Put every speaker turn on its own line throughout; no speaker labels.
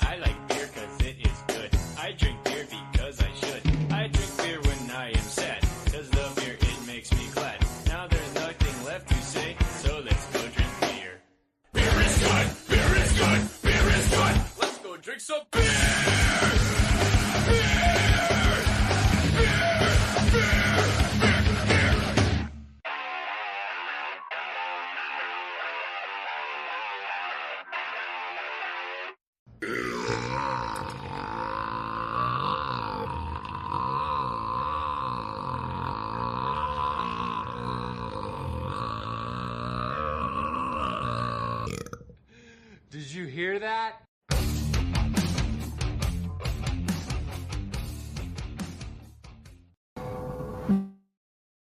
I like beer cause it is good. I drink beer because I should. I drink beer when I am sad. Cause the beer, it makes me glad. Now there's nothing left to say, so let's go drink beer. Beer is good, beer is good, beer is good. Let's go drink some beer.
Did you hear that?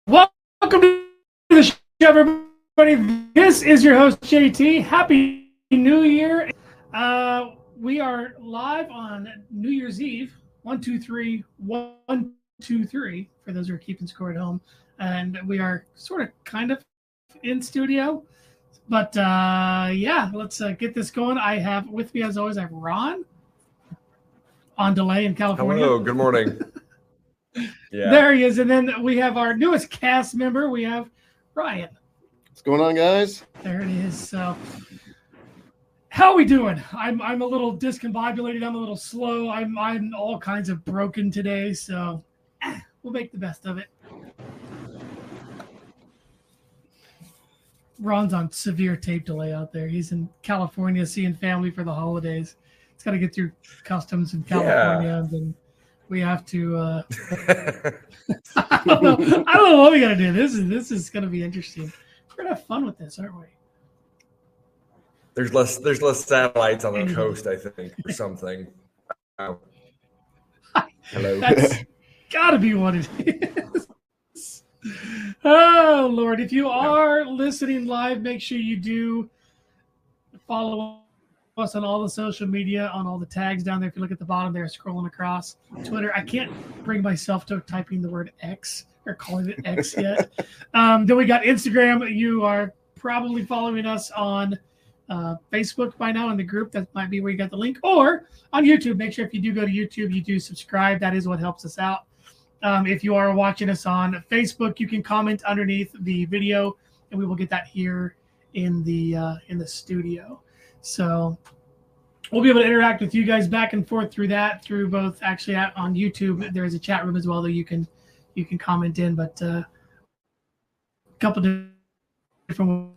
Welcome to the show, everybody. This is your host, JT. Happy New Year. Uh, we are live on New Year's Eve. One, two, three, one, two, three, for those who are keeping score at home. And we are sort of kind of in studio. But uh, yeah, let's uh, get this going. I have with me, as always, I have Ron on delay in California.
Hello, good morning. yeah.
There he is. And then we have our newest cast member. We have Ryan.
What's going on, guys?
There it is. So how we doing? I'm I'm a little discombobulated. I'm a little slow. I'm I'm all kinds of broken today. So eh, we'll make the best of it. Ron's on severe tape delay out there. He's in California seeing family for the holidays. He's got to get through customs in California, and then we have to uh, I don't know. I don't know what we gotta do. This is this is gonna be interesting. We're gonna have fun with this, aren't we?
there's less there's less satellites on the coast, I think, or something. Wow. Hello.
That's gotta be what it is. oh Lord, if you are listening live, make sure you do follow us on all the social media, on all the tags down there. If you look at the bottom there, scrolling across Twitter. I can't bring myself to typing the word X or calling it X yet. um, then we got Instagram. You are probably following us on uh, Facebook by now in the group. That might be where you got the link, or on YouTube. Make sure if you do go to YouTube, you do subscribe. That is what helps us out. Um, if you are watching us on Facebook, you can comment underneath the video, and we will get that here in the uh, in the studio. So we'll be able to interact with you guys back and forth through that, through both actually at, on YouTube. There is a chat room as well that you can you can comment in, but uh, a couple different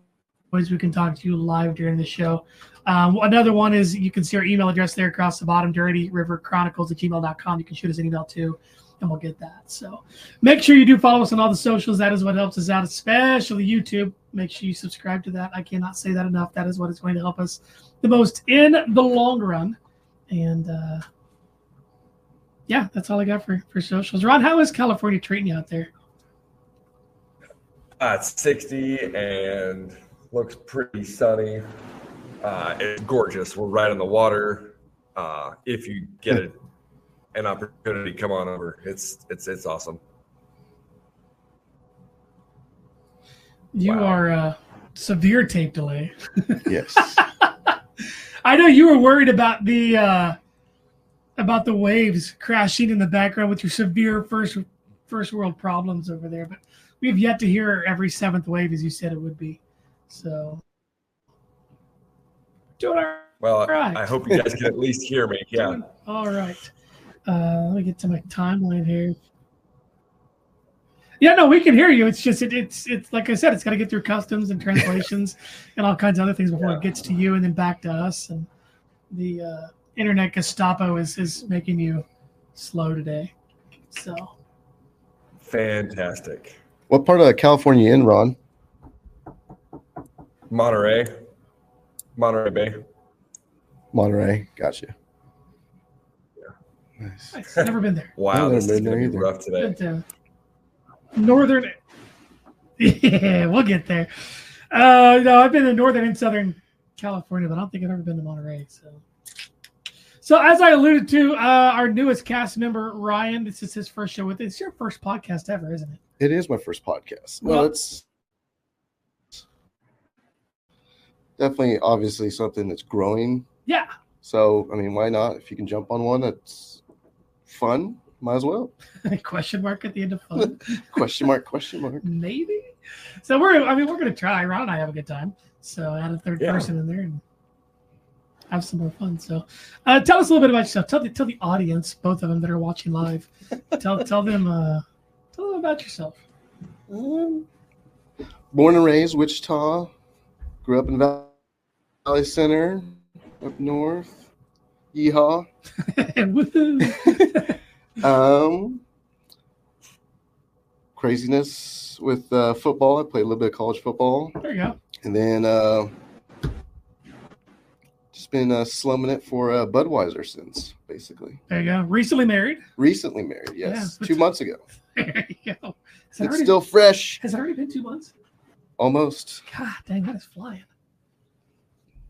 ways we can talk to you live during the show. Um, another one is you can see our email address there across the bottom, dirty river chronicles at gmail.com. You can shoot us an email too, and we'll get that. So make sure you do follow us on all the socials. That is what helps us out, especially YouTube. Make sure you subscribe to that. I cannot say that enough. That is what is going to help us the most in the long run. And uh, yeah, that's all I got for, for socials. Ron, how is California treating you out there?
Uh, it's 60 and looks pretty sunny. Uh, it's gorgeous. We're right on the water. Uh, if you get
Hmm.
a, an opportunity, come on over. It's it's it's awesome.
You
Wow.
are uh, severe tape delay.
Yes.
I know you were worried about the uh, about the waves crashing in the background with your severe first first world problems over there, but we have yet to hear every seventh wave as you said it would be. So doing all
Well,
Right.
I hope you guys can at least hear me. Yeah.
Doing all right. Uh, let me get to my timeline here. Yeah, no, we can hear you. It's just it, it's it's like I said, it's got to get through customs and translations and all kinds of other things before it gets to you and then back to us. And the uh, internet Gestapo is is making you slow today. So
Fantastic.
what part of California you in, Ron?
Monterey. Monterey Bay.
Monterey. Gotcha. Nice.
nice. never been there.
Wow,
I've
this
never
is
been
gonna
there
be
either.
rough today.
Good to- uh, northern. Yeah, we'll get there. Uh, no, I've been to northern and southern California, but I don't think I've ever been to Monterey. So, so as I alluded to, uh, our newest cast member Ryan. This is his first show with. It's your first podcast ever, isn't it?
It is my first podcast.
Well-
Well, it's definitely, obviously, something that's growing.
Yeah.
So, I mean, why not? If you can jump on one that's fun, might as well.
Question mark at the end of fun.
Question mark, question mark.
Maybe. So we're. I mean, we're gonna try. Ron and I have a good time. So add a third
Yeah.
person in there and have some more fun. So, uh, tell us a little bit about yourself. Tell the tell the audience, both of them that are watching live. tell tell them. Uh, tell them about yourself.
Um, born and raised Wichita. Grew up in Val- Valley Center, up north. Yeehaw.
Woohoo.
Um, craziness with uh, football. I played a little bit of college football.
There you go.
And then uh, just been uh, slumming it for uh, Budweiser since, basically.
There you go. Recently married.
Recently married, yes,
Yeah.
two months ago.
There you go. Has it
It's
already,
still fresh,
has it already been two months?
almost.
God dang, that is flying.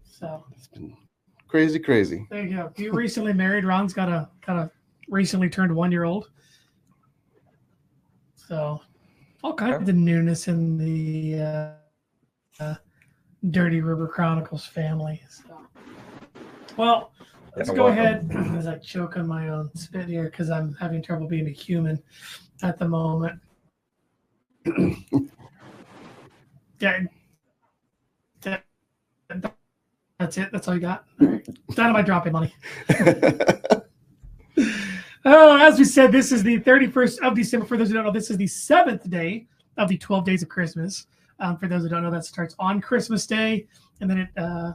So
It's been crazy, crazy.
there you go. You recently married. Ron's got a got a recently turned one year old. So all kinds of newness in the uh, uh, Dirty River Chronicles family. So well, Let's
Yeah,
go
welcome.
ahead as I choke on my own spit here because I'm having trouble being a human at the moment. yeah. That- that- that's it. That's all you got. All right. Dynamite dropping money. Uh, as we said, this is the 31st of December. For those who don't know, this is the seventh day of the 12 days of Christmas. Um, for those who don't know, that starts on Christmas Day and then it uh,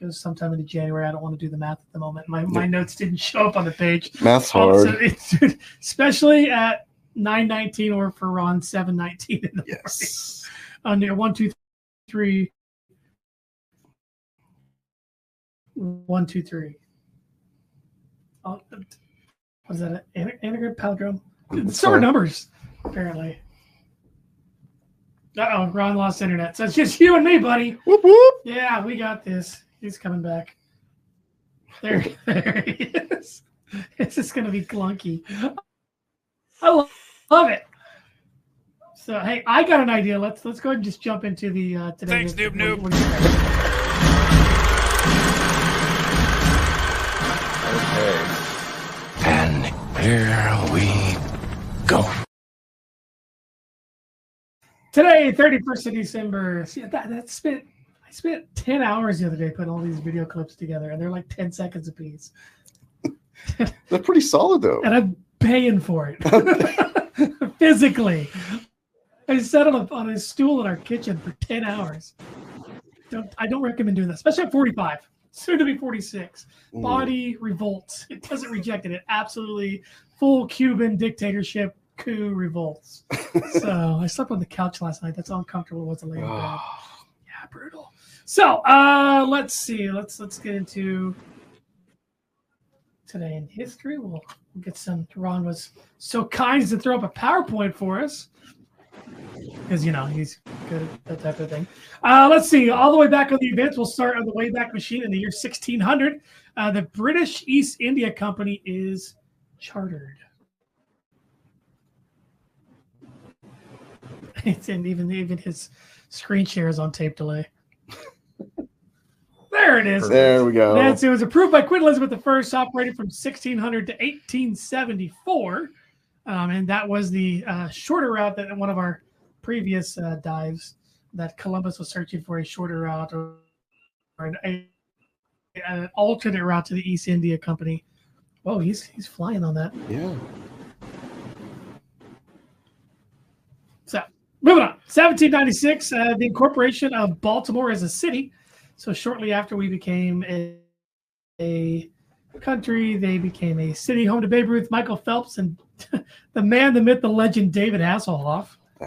goes sometime into January. I don't want to do the math at the moment. My, my notes didn't show up on the page.
Math's
So
hard.
it's, especially at 919 or for Ron 719 in the
Yes.
on your Uh, one, two, three. One, two, three. Oh, was that an anagram palindrome?
It's
Some are
hard.
numbers, apparently. Uh oh, Ron lost internet. So it's just you and me, buddy.
Whoop, whoop.
Yeah, we got this. He's coming back. There, there he is. This is going to be clunky. I lo- love it. So hey, I got an idea. Let's let's go ahead and just jump into the uh, today.
Thanks,
Noob
Noob
Noob.
Okay.
And here we go.
Today, thirty first of December. See, that that spent I spent ten hours the other day putting all these video clips together, and they're like ten seconds apiece,
They're pretty solid, though.
and I'm paying for it physically. I sat on a on a stool in our kitchen for ten hours. Don't, I don't recommend doing that, especially at forty five, soon to be forty six.
Mm.
body revolts. It doesn't reject it. It absolutely full Cuban dictatorship coup revolts. so I slept on the couch last night. That's how uncomfortable it was to lay in bed. Yeah, brutal. So uh let's see. Let's let's get into today in history. We'll, we'll get some Ron was so kind as to throw up a PowerPoint for us. Because you know he's good at that type of thing. Uh, let's see. All the way back on the events, we'll start on the Wayback Machine in the year 1600. Uh, the British East India Company is chartered. It's and even even his screen share is on tape delay. there it is.
There we go.
That's, it was approved by Queen Elizabeth I, operated from 1600 to 1874. Um, and that was the uh, shorter route that in one of our previous uh, dives that Columbus was searching for a shorter route or, or an, a, an alternate route to the East India Company. Whoa, he's he's flying on that.
yeah.
So moving on. 1796, uh, the incorporation of Baltimore as a city. So shortly after we became a, a country, they became a city. Home to Babe Ruth, Michael Phelps, and the man, the myth, the legend, David Hasselhoff.
The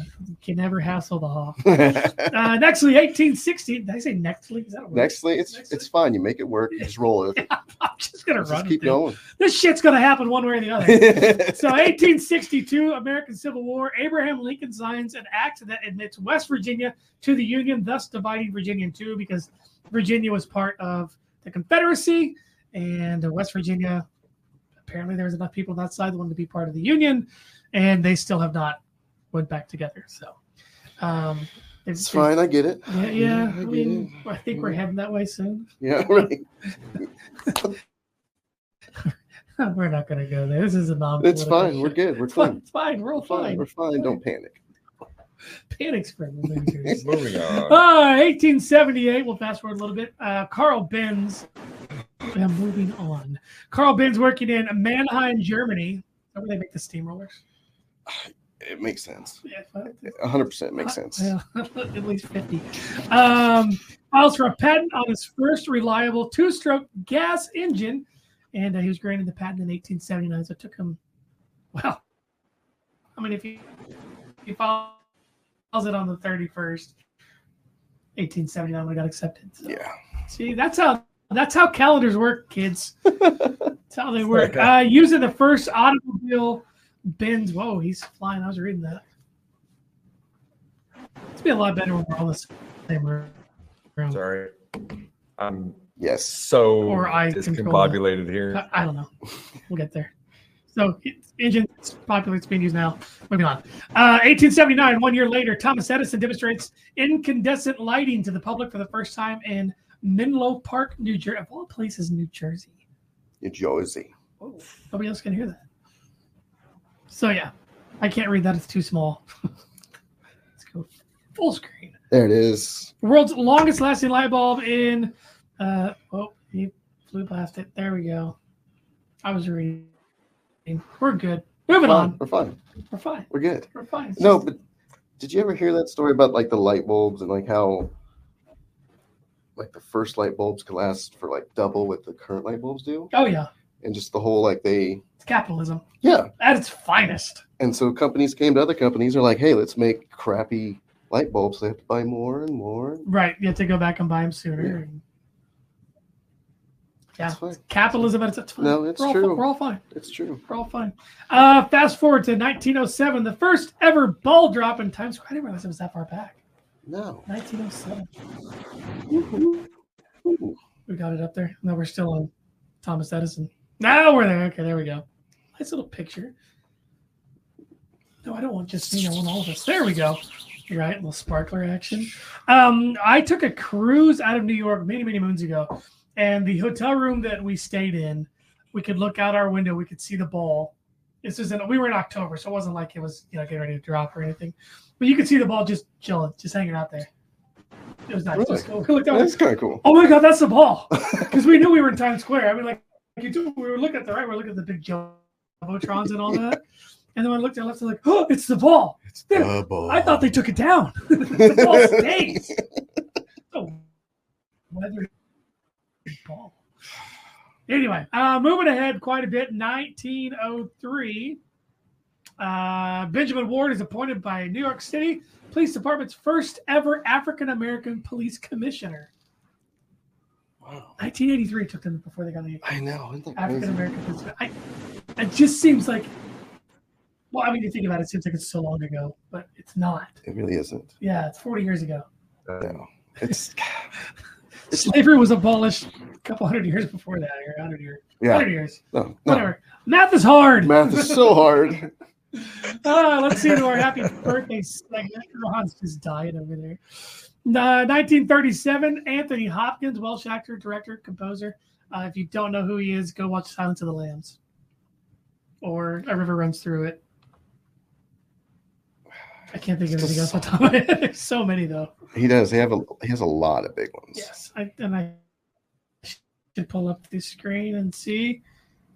Uh, you can never hassle the Hoff. Uh, next, the 1860. Did I say next league? Is that a word?
Nextly, it's
Nextly.
it's fine. You make it work. You just roll with it.
I'm just gonna run.
Just
with
keep
it.
going.
This shit's gonna happen one way or the other. So 1862, American Civil War. Abraham Lincoln signs an act that admits West Virginia to the Union, thus dividing Virginia in two because Virginia was part of the Confederacy, and uh, West Virginia. Apparently, there was enough people on that side that wanted to be part of the Union, and they still have not went back together. So um,
It's fine. I get it.
Yeah, yeah.
I
I
get
mean, I think we're heading that way soon.
Yeah, right.
we're not going to go there. This is a non.
It's fine. We're good. We're
It's fine.
fine.
It's fine. We're all fine.
We're fine. Don't panic.
Panic's for adventures.
Moving on.
Uh, 1878. We'll fast forward a little bit. Uh, Carl Benz. Yeah, moving on. Carl Benz working in Mannheim, Germany. Is that where they make the steamrollers?
It makes sense.
Yeah, but-
100% makes sense.
Uh, Yeah, at least 50. Um, files for a patent on his first reliable two stroke gas engine. And uh, he was granted the patent in 1879. So it took him, well, I mean, if he, if he files it on the 31st, 1879 would have got accepted. So,
Yeah.
See, that's how. That's how calendars work, kids. That's how they work. Uh, using the first automobile bins. Whoa, he's flying. I was reading that. It's be a lot better when we're all the same room.
Sorry. I'm
Yes.
so
Or I control
discombobulated here.
I, I don't know. We'll get there. So, it's- engine it's popular, it's being used now. Moving on. Uh, 1879, one year later, Thomas Edison demonstrates incandescent lighting to the public for the first time in Menlo Park, New Jersey. Of all places, New Jersey.
New Jersey.
Whoa, Oh, nobody else can hear that. So, yeah, I can't read that. It's too small. Let's go full screen.
There it is.
world's longest lasting light bulb in uh oh he flew past it there we go i was reading we're good moving
Fine.
on
We're fine.
we're fine
We're good.
we're fine It's
No,
just-
but did you ever hear that story about like the light bulbs and like how like the first light bulbs could last for like double what the current light bulbs do?
oh yeah
And just the whole like they
it's capitalism
Yeah.
at its finest
And so companies came to other companies and are like, hey, let's make crappy light bulbs. They have to buy more and more.
right you have to go back and buy them sooner and- yeah,
It's fine.
capitalism at its it's fine.
No, it's
we're all,
true.
We're all fine.
It's true.
We're all fine. Uh, fast forward to 1907, the first ever ball drop in Times Square. I didn't realize it was that far back.
No.
1907. We got it up there. No, we're still on Thomas Edison. Now we're there. Okay, there we go. Nice little picture. No, I don't want just me. I want all of us. There we go. Right, little sparkler action. Um, I took a cruise out of New York many, many moons ago, and the hotel room that we stayed in, we could look out our window. We could see the ball. This is in we were in October, so it wasn't like it was you know getting ready to drop or anything, but you could see the ball just chilling, just hanging out there. It was nice.
Really?
Just, we looked out,
That's kind of cool.
Oh my god, that's the ball. Because we knew we were in Times Square. I mean, like you do, we were looking at the right, we were looking at the big jumbotrons and all that. And then when I looked at left, I was like, oh, it's the ball. It's the
ball.
I thought they took it down. the ball stays. The weathered ball. Anyway, uh, moving ahead quite a bit. 1903. Uh, Benjamin Ward is appointed by New York City Police Department's first ever African American police commissioner.
Wow.
1983 took them before they got the
I know. Isn't that
African
crazy?
American police. I, it just seems like, well, I mean, you think about it, it seems like it's so long ago, but it's not.
It really isn't.
Yeah, it's 40 years ago.
Uh,
No. It's It's-
Slavery was abolished a couple hundred years before that, or 100 years.
yeah.
100 years.
No. no.
Whatever. Math is hard.
Math is so hard.
Ah, let's see to our happy birthday segment. Ron's just dying over there. Uh, 1937, Anthony Hopkins, Welsh actor, director, composer. Uh, if you don't know who he is, go watch Silence of the Lambs or A River Runs Through It. I can't think of anything else on top of my head. There's so many, though.
He does. He have a he has a lot of big ones.
Yes, I, and I should pull up the screen and see.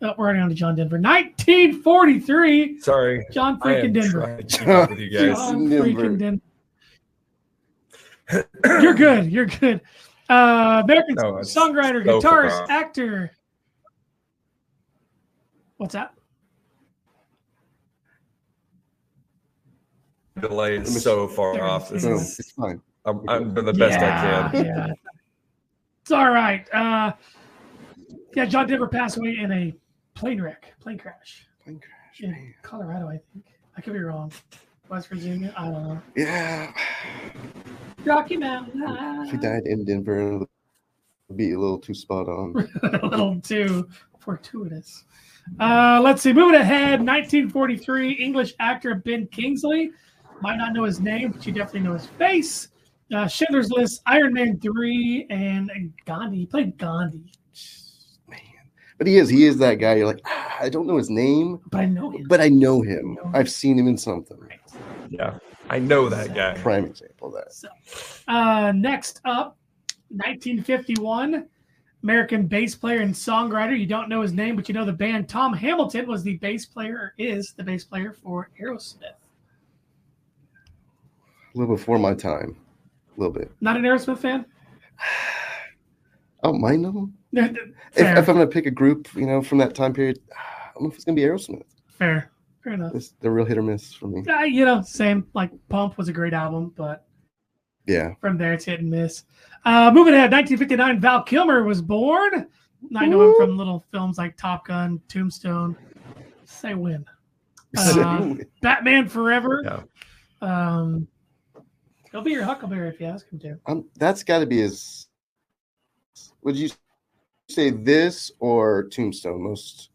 Oh, we're already on to John Denver. 1943,
Sorry.
John
I am
freaking Denver.
trying to keep up with you guys.
John
Denver.
freaking Denver. You're good. You're good. Uh, American
No, it's
songwriter,
so far
guitarist,
off.
actor. What's that?
The delay is so far off. This
No,
is,
it's fine.
I'm, I'm doing the best I can.
Yeah. It's all right. Uh, yeah, John Denver passed away in a plane wreck, plane crash
Plane crash.
in
man.
Colorado, I think. I could be wrong. West Virginia, I don't know.
Yeah.
Rocky Mountain. ah.
If he died in Denver, it would be a little too spot on.
a little too fortuitous. Uh, let's see. Moving ahead, 1943, English actor Ben Kingsley. Might not know his name, but you definitely know his face. Uh, Schindler's List, Iron Man 3, and Gandhi. He played Gandhi,
Man. But he is. He is that guy. You're like, ah, I don't know his name,
but I know him.
but I know him. I've seen him in something.
Yeah, I know that guy.
Prime example of that.
So, uh, next up, 1951, American bass player and songwriter. You don't know his name, but you know the band. Tom Hamilton was the bass player, or is the bass player for Aerosmith.
A little before my time. A little bit.
Not an Aerosmith fan?
I don't mind them.
No, no,
If,
fair,
if I'm going to pick a group, you know, from that time period, I don't know if it's going to be Aerosmith.
fair, fair enough.
It's, they're real hit or miss for me.
Uh, you know, same. Like Pump was a great album, but
Yeah.
from there it's hit and miss. Uh, moving ahead, 1959, Val Kilmer was born. I know him from little films like Top Gun, Tombstone. Say when. Uh, Batman Forever. Um, he'll be your Huckleberry if you ask him to.
Um, that's got to be his. Would you say this or Tombstone? Most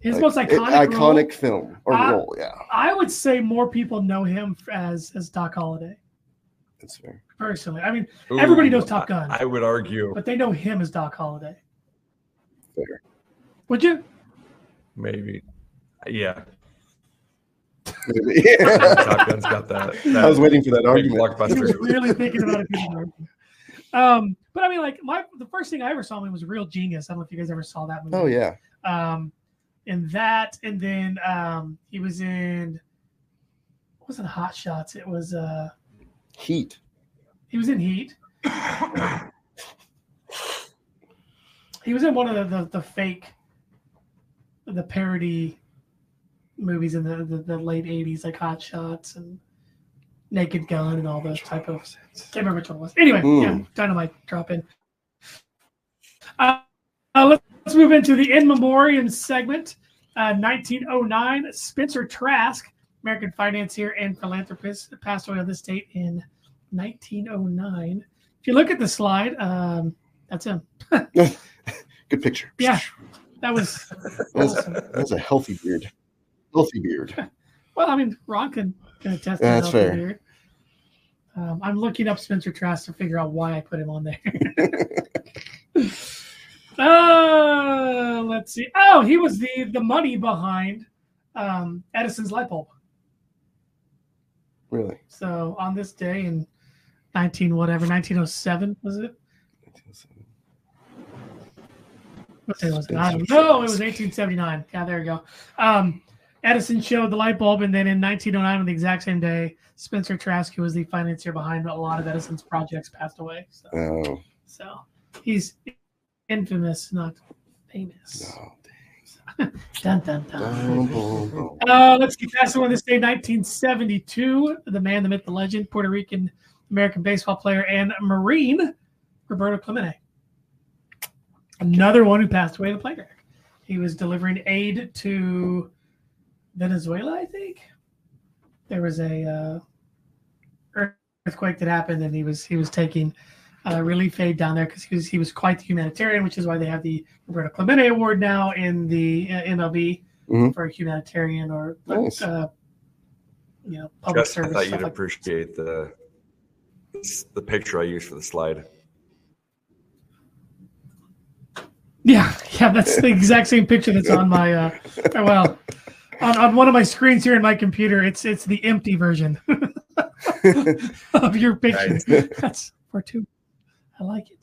His
like,
most
i-
iconic. role,
iconic film or
Ah.
role? Yeah,
I would say more people know him as as Doc Holliday.
that's fair.
Personally, I mean, Everybody
Ooh,
knows Top Gun.
I, I would argue,
but they know him as Doc Holliday.
Fair.
Would you?
maybe. Yeah,
Yeah.
Top Gun's got that.
I
that
was waiting for that
big
argument.
He was
blockbuster.
really thinking about it. Um, but I mean, like my the first thing I ever saw him in was Real Genius. I don't know if you guys ever saw that movie.
Oh yeah,
Um, and that, and then um, he was in. It wasn't Hot Shots. It was uh,
Heat.
he was in Heat. he was in one of the the, the fake, the parody movies in the, the, the late '80s, like Hot Shots and Naked Gun and all those type of can't remember which one it was. Anyway,
Hmm.
yeah, dynamite drop in. Uh, uh, let's, let's move into the in memoriam segment. Uh, 1909, Spencer Trask, American financier and philanthropist, passed away on this date in 1909. If you look at the slide, um, that's him.
Good picture.
Yeah, that was.
that's, that's a healthy beard. Healthy beard.
Well, I mean, Ron can, can attest to
That's
that over
fair.
here. Um, I'm looking up Spencer Trask to figure out why I put him on there. uh, let's see. Oh, he was the the money behind um, Edison's light bulb.
Really.
So on this day in 19 whatever 1907 was it? What day was it? I don't know. It was 1879. Yeah, there you go. Um, Edison showed the light bulb, and then in 1909, on the exact same day, Spencer Trask, who was the financier behind a lot of Edison's projects, passed away. So,
Oh
so he's infamous, not famous.
no.
Dun, dun, dun.
Dum, bum, bum.
Uh, let's get past the one this day, 1972. The man, the myth, the legend, Puerto Rican American baseball player and Marine, Roberto Clemente. Another one who passed away in the plague. He was delivering aid to Venezuela, I think. There was a uh, earthquake that happened, and he was he was taking uh, relief aid down there because he was he was quite the humanitarian, which is why they have the Roberto Clemente Award now in the uh, MLB
Mhm.
for humanitarian or
Nice.
uh, you know public
Just, I
service.
thought
stuff
you'd
like-
appreciate the the picture I used for the slide.
Yeah, yeah, that's the exact same picture that's on my uh or well on, on one of my screens here in my computer. It's it's the empty version of your picture. That's for two. I like it.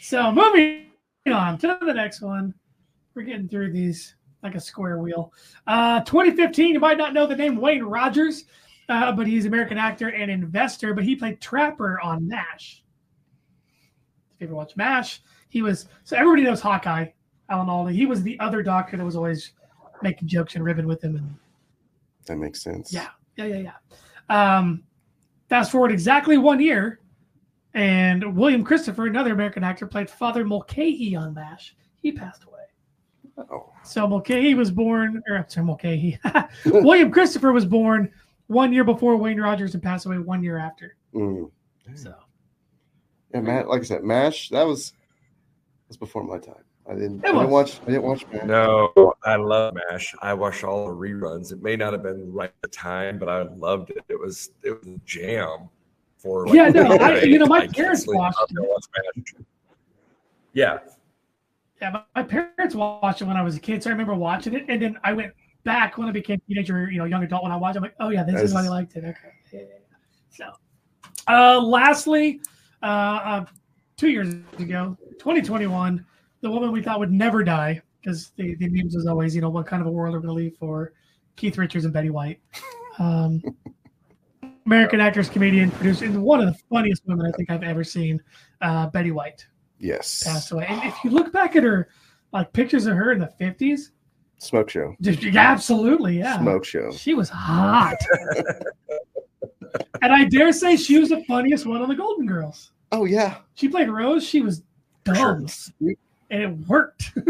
So moving on to the next one. We're getting through these like a square wheel. Uh 2015, you might not know the name Wayne Rogers, uh, but he's an American actor and investor, but he played Trapper on MASH. If you ever watch MASH, he was so everybody knows Hawkeye, Alan Alda. He was the other doctor that was always making jokes and ribbing with him. And
That makes sense.
Yeah. yeah, yeah, yeah. Um, fast forward exactly one year, and William Christopher, another American actor, played Father Mulcahy on MASH. He passed away.
Oh.
So Mulcahy was born, or I'm sorry, Mulcahy. William Christopher was born one year before Wayne Rogers and passed away one year after.
Mm.
So
Yeah, Matt. Like I said, Mash. That was that's before my time. I didn't. I
was.
didn't watch. I didn't watch. Mash.
No, I love MASH. I watched all the reruns. It may not have been right at the time, but I loved it. It was it was a jam for
Yeah, no, I-
like,
you know, my
can't
parents
sleep.
watched
I'll go watch Smash. Yeah,
Yeah, my, my parents watched it when I was a kid, so I remember watching it, and then I went back when I became teenager, you know, young adult. When I watched, it, I'm like, oh yeah, this is why I
Nice.
liked it. Okay. Yeah, yeah, yeah. So, uh, lastly, uh, uh, two years ago, 2021, the woman we thought would never die, because the, the memes was always, you know, what kind of a world are we going to leave for Keith Richards and Betty White. Um, American actress, comedian, producer, and one of the funniest women I think I've ever seen, uh, Betty White
Yes.
passed away. And if you look back at her, like pictures of her in the fifties,
Smoke show.
absolutely, yeah,
Smoke show.
she was hot. and I dare say she was the funniest one on the Golden Girls.
Oh yeah.
She played Rose. She was dumb, and it worked. you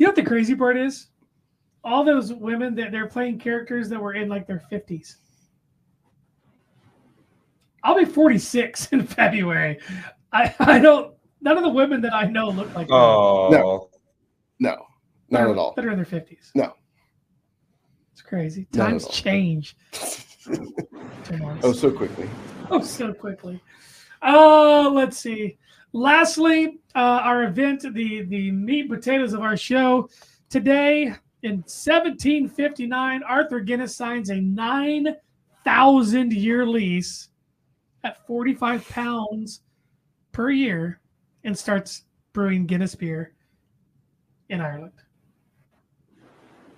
know what the crazy part is? All those women that they're playing characters that were in like their fifties. I'll be 46 in February. I, I don't, none of the women that I know look like me.
oh,
No. Not
They're-
at all.
That are in their fifties.
No.
It's crazy.
Not at
Times
all.
change. Tomorrow.
Oh, so quickly.
Oh, so quickly. Uh, let's see. Lastly, uh, our event, the the meat and potatoes of our show today in 1759, Arthur Guinness signs a 9,000 year lease at 45 pounds per year and starts brewing Guinness beer in Ireland.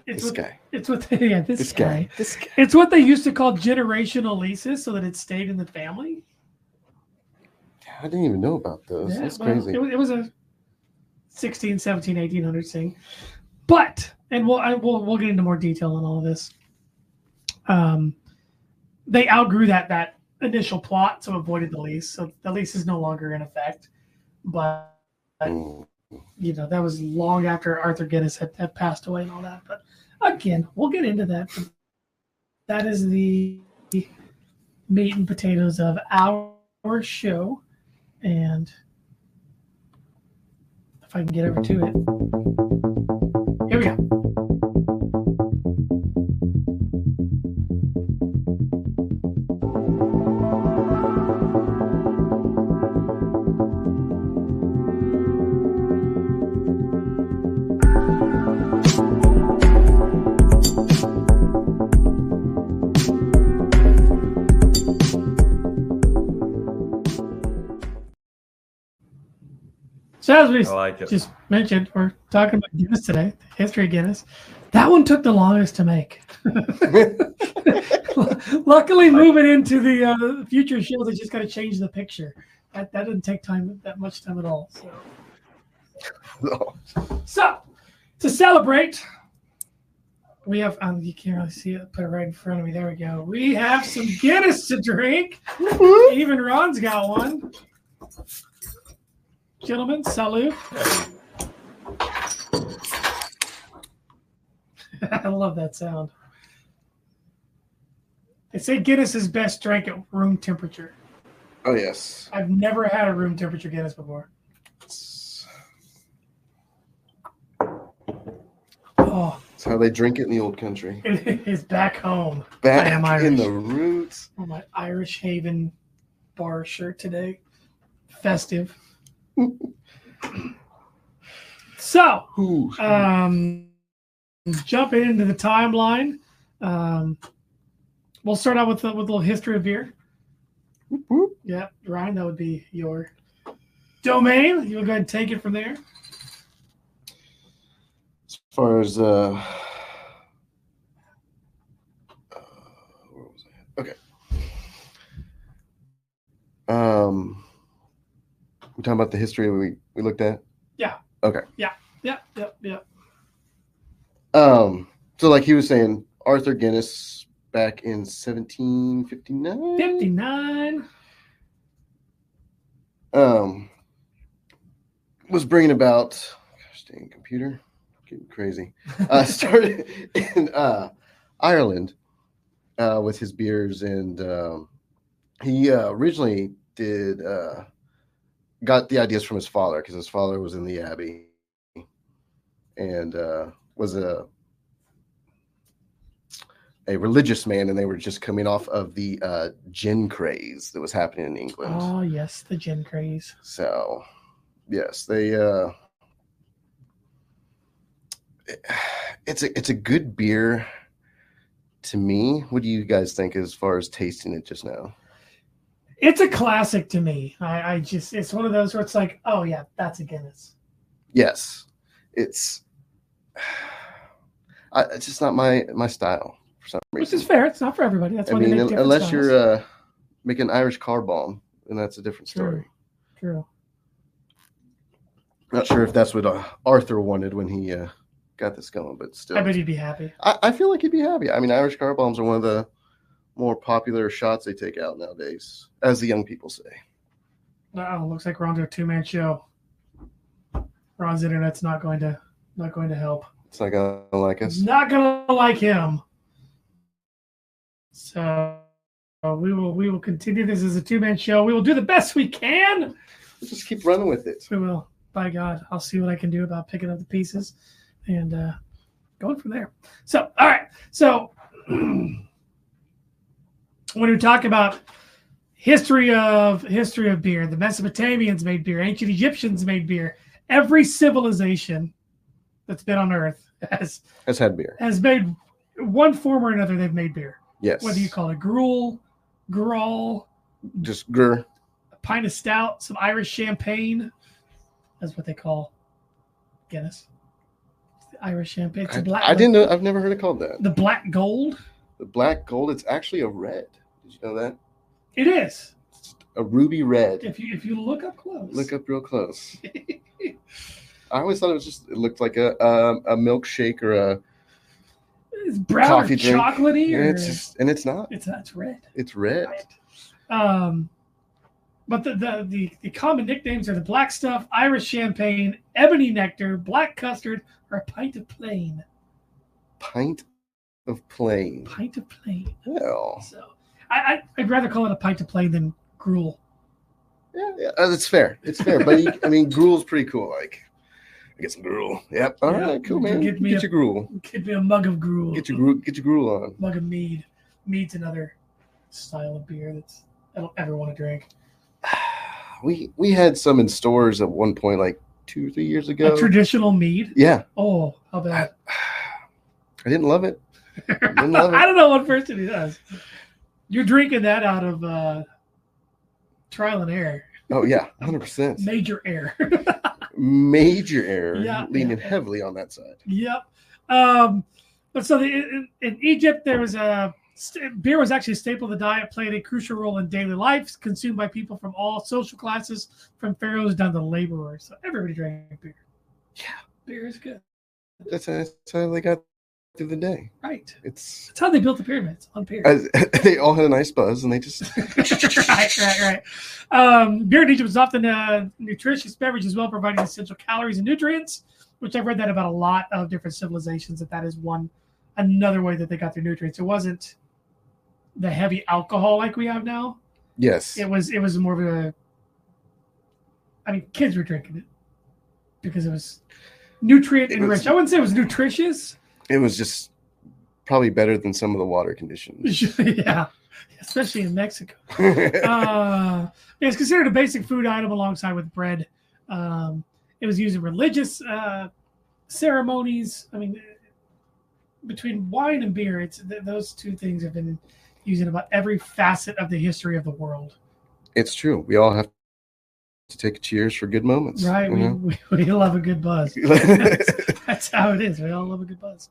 It's
This
what,
guy.
it's what they, yeah, this,
This
guy.
guy. This guy.
It's what they used to call generational leases, so that it stayed in the family.
I didn't even know about those.
Yeah,
That's
well,
crazy.
It was, it was a 16, 17, 1800 thing. But, and we'll, I, we'll, we'll get into more detail on all of this. Um, they outgrew that, that initial plot, so avoided the lease. So the lease is no longer in effect. But
Mm.
you know, that was long after Arthur Guinness had, had passed away and all that. But again, we'll get into that. That is the meat and potatoes of our show. And if I can get over to it, here we go. So, as we
I like it.
just mentioned, we're talking about Guinness today, the history of Guinness. That one took the longest to make. Luckily, moving into the uh, future shows, I just got to change the picture. That, that didn't take time that much time at all. So,
No.
so to celebrate, we have. Um, you can't really see it. Put it right in front of me. There we go. We have some Guinness to drink. Even Ron's got one. Gentlemen, salute. I love that sound. They say Guinness is best drank at room temperature.
Oh yes.
I've never had a room temperature Guinness before.
It's
Oh,
it's how they drink it in the old country.
it is back home.
Back
am
in
Irish.
the roots.
On my Irish Haven bar shirt today. Festive. so,
Ooh.
um, jumping into the timeline, um, we'll start out with a, with a little history of beer.
Whoop, whoop.
Yeah, Ryan, that would be your domain. You'll go ahead and take it from there.
As far as uh, uh where was I? Okay. Um we talking about the history we, we looked at?
Yep, yep, yep.
Um so like he was saying, Arthur Guinness back in seventeen fifty nine.
59.
um, was bringing about. Gosh dang computer, getting crazy. Uh, started in uh, Ireland uh, with his beers, and um, he uh, originally did uh, got the ideas from his father because his father was in the abbey and uh, was a a religious man, and they were just coming off of the uh, gin craze that was happening in England.
Oh yes, the gin craze.
So, yes, they. Uh, it's a it's a good beer to me. What do you guys think as far as tasting it just now?
It's a classic to me. I, I just it's one of those where it's like, oh yeah, that's a Guinness.
Yes, it's. I, it's just not my my style for some
Which
reason.
is fair. It's not for everybody. That's
I
why
mean,
they
un-
make different
unless you're
styles.
uh, making Irish car bomb, then that's a different
True.
story.
true.
Not sure if that's what uh, Arthur wanted when he uh, got this going, but still,
I bet you'd be happy.
I, I feel like he'd be happy. I mean, Irish car bombs are one of the more popular shots they take out nowadays, as the young people say.
Oh, looks like we're onto a two man show. Ron's internet's not going to not going to help.
It's not gonna like us.
Not gonna like him. So uh, we will we will continue this as a two man show. We will do the best we can.
Let's just keep running with it.
We will. By God, I'll see what I can do about picking up the pieces and uh, going from there. So all right. So when we talk about history of history of beer, the Mesopotamians made beer, ancient Egyptians made beer. Every civilization that's been on Earth has
Has had beer.
has made one form or another. They've made beer.
Yes.
Whether you call it gruel, gruel,
just grr.
a pint of stout, some Irish champagne. That's what they call Guinness. It's the Irish champagne. It's
I,
a black.
I didn't know. I've never heard it called that.
The black gold.
The black gold. It's actually a red. Did you know that?
It is.
A ruby red.
If you if you look up close.
Look up real close. I always thought it was just it looked like a um, a milkshake or a
It's brown or
coffee drink.
chocolatey or
and it's just and it's not.
it's that's red.
It's red.
Um, but the, the the the common nicknames are the black stuff, Irish champagne, ebony nectar, black custard, or a pint of plain.
Pint of plain.
Pint of plain.
Well,
So I, I I'd rather call it a pint of plain than gruel.
yeah, yeah, uh, it's fair. It's fair. But you, I mean, gruel's pretty cool. Like, I get some gruel. Yep. All right.
Yeah,
Cool,
you
man.
give
Get,
me a-
your gruel.
Could be a mug of gruel.
Get your gruel. Get your gruel on.
mug of mead. Mead's another style of beer that's I don't ever want to drink.
We we had some in stores at one point, like two or three years ago.
A traditional mead.
yeah,
Oh, how bad.
I didn't love it.
I
didn't love it.
don't know what person who does. You're drinking that out of uh, trial and error,
Oh yeah, hundred percent.
major error.
Major error.
Yeah,
leaning
yeah.
heavily on that side.
Yep. Um, but so the, in, in Egypt, there was a st- beer was actually a staple of the diet, played a crucial role in daily life, consumed by people from all social classes, from pharaohs down to laborers. So everybody drank beer.
Yeah.
beer is good.
That's how, that's how they got through the day.
Right.
It's
That's how they built the pyramids on beer.
I, they all had a nice buzz, and they just
right, right, right. Um, beer in Egypt was often a nutritious beverage as well, providing essential calories and nutrients, which I've read that about a lot of different civilizations. That that is one another way that they got their nutrients. It wasn't the heavy alcohol like we have now.
yes,
It was it was more of a. I mean, kids were drinking it because it was nutrient
It was-
enriched. I wouldn't say it was nutritious.
it was just probably better than some of the water conditions.
yeah, especially in Mexico. uh, it's considered a basic food item alongside with bread. Um, it was used in religious uh, ceremonies. I mean, between wine and beer, it's th- those two things have been used in about every facet of the history of the world.
it's true. We all have to take cheers for good moments,
Right?
you
We,
know?
we, we love a good buzz. That's how it is. We all love a good buzz.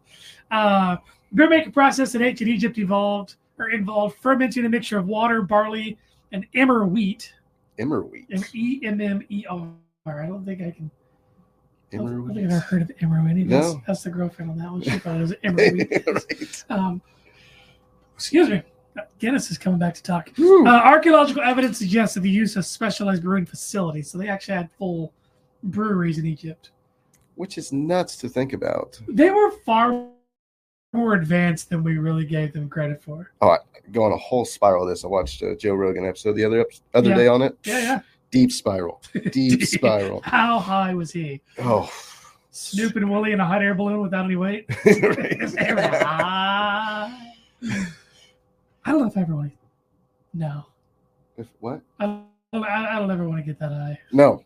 Uh, beer making process in ancient Egypt evolved or involved fermenting a mixture of water, barley, and emmer wheat.
Emmerwheat.
M E M M E R. I don't think I can. I don't think I've ever
Emmerwheat.
heard of Emerwini. That's,
No.
that's the girlfriend on that one. She thought it was Emerwini.
right.
um, excuse me. Guinness is coming back to talk.
Whew.
Uh, archaeological evidence suggests that the use of specialized brewing facilities. So they actually had full breweries in Egypt.
Which is nuts to think about.
They were far more advanced than we really gave them credit for.
Go on a whole spiral of this. I watched a Joe Rogan episode the other ep- other
Yeah.
day on it.
Yeah, yeah.
Deep spiral. Deep
Deep.
spiral.
How high was he?
Oh.
Snoop and Willie in a hot air balloon without any weight?
Right.
They were high. I don't know if I ever want to. No,
If what?
I don't, I I don't ever want to get that high.
No.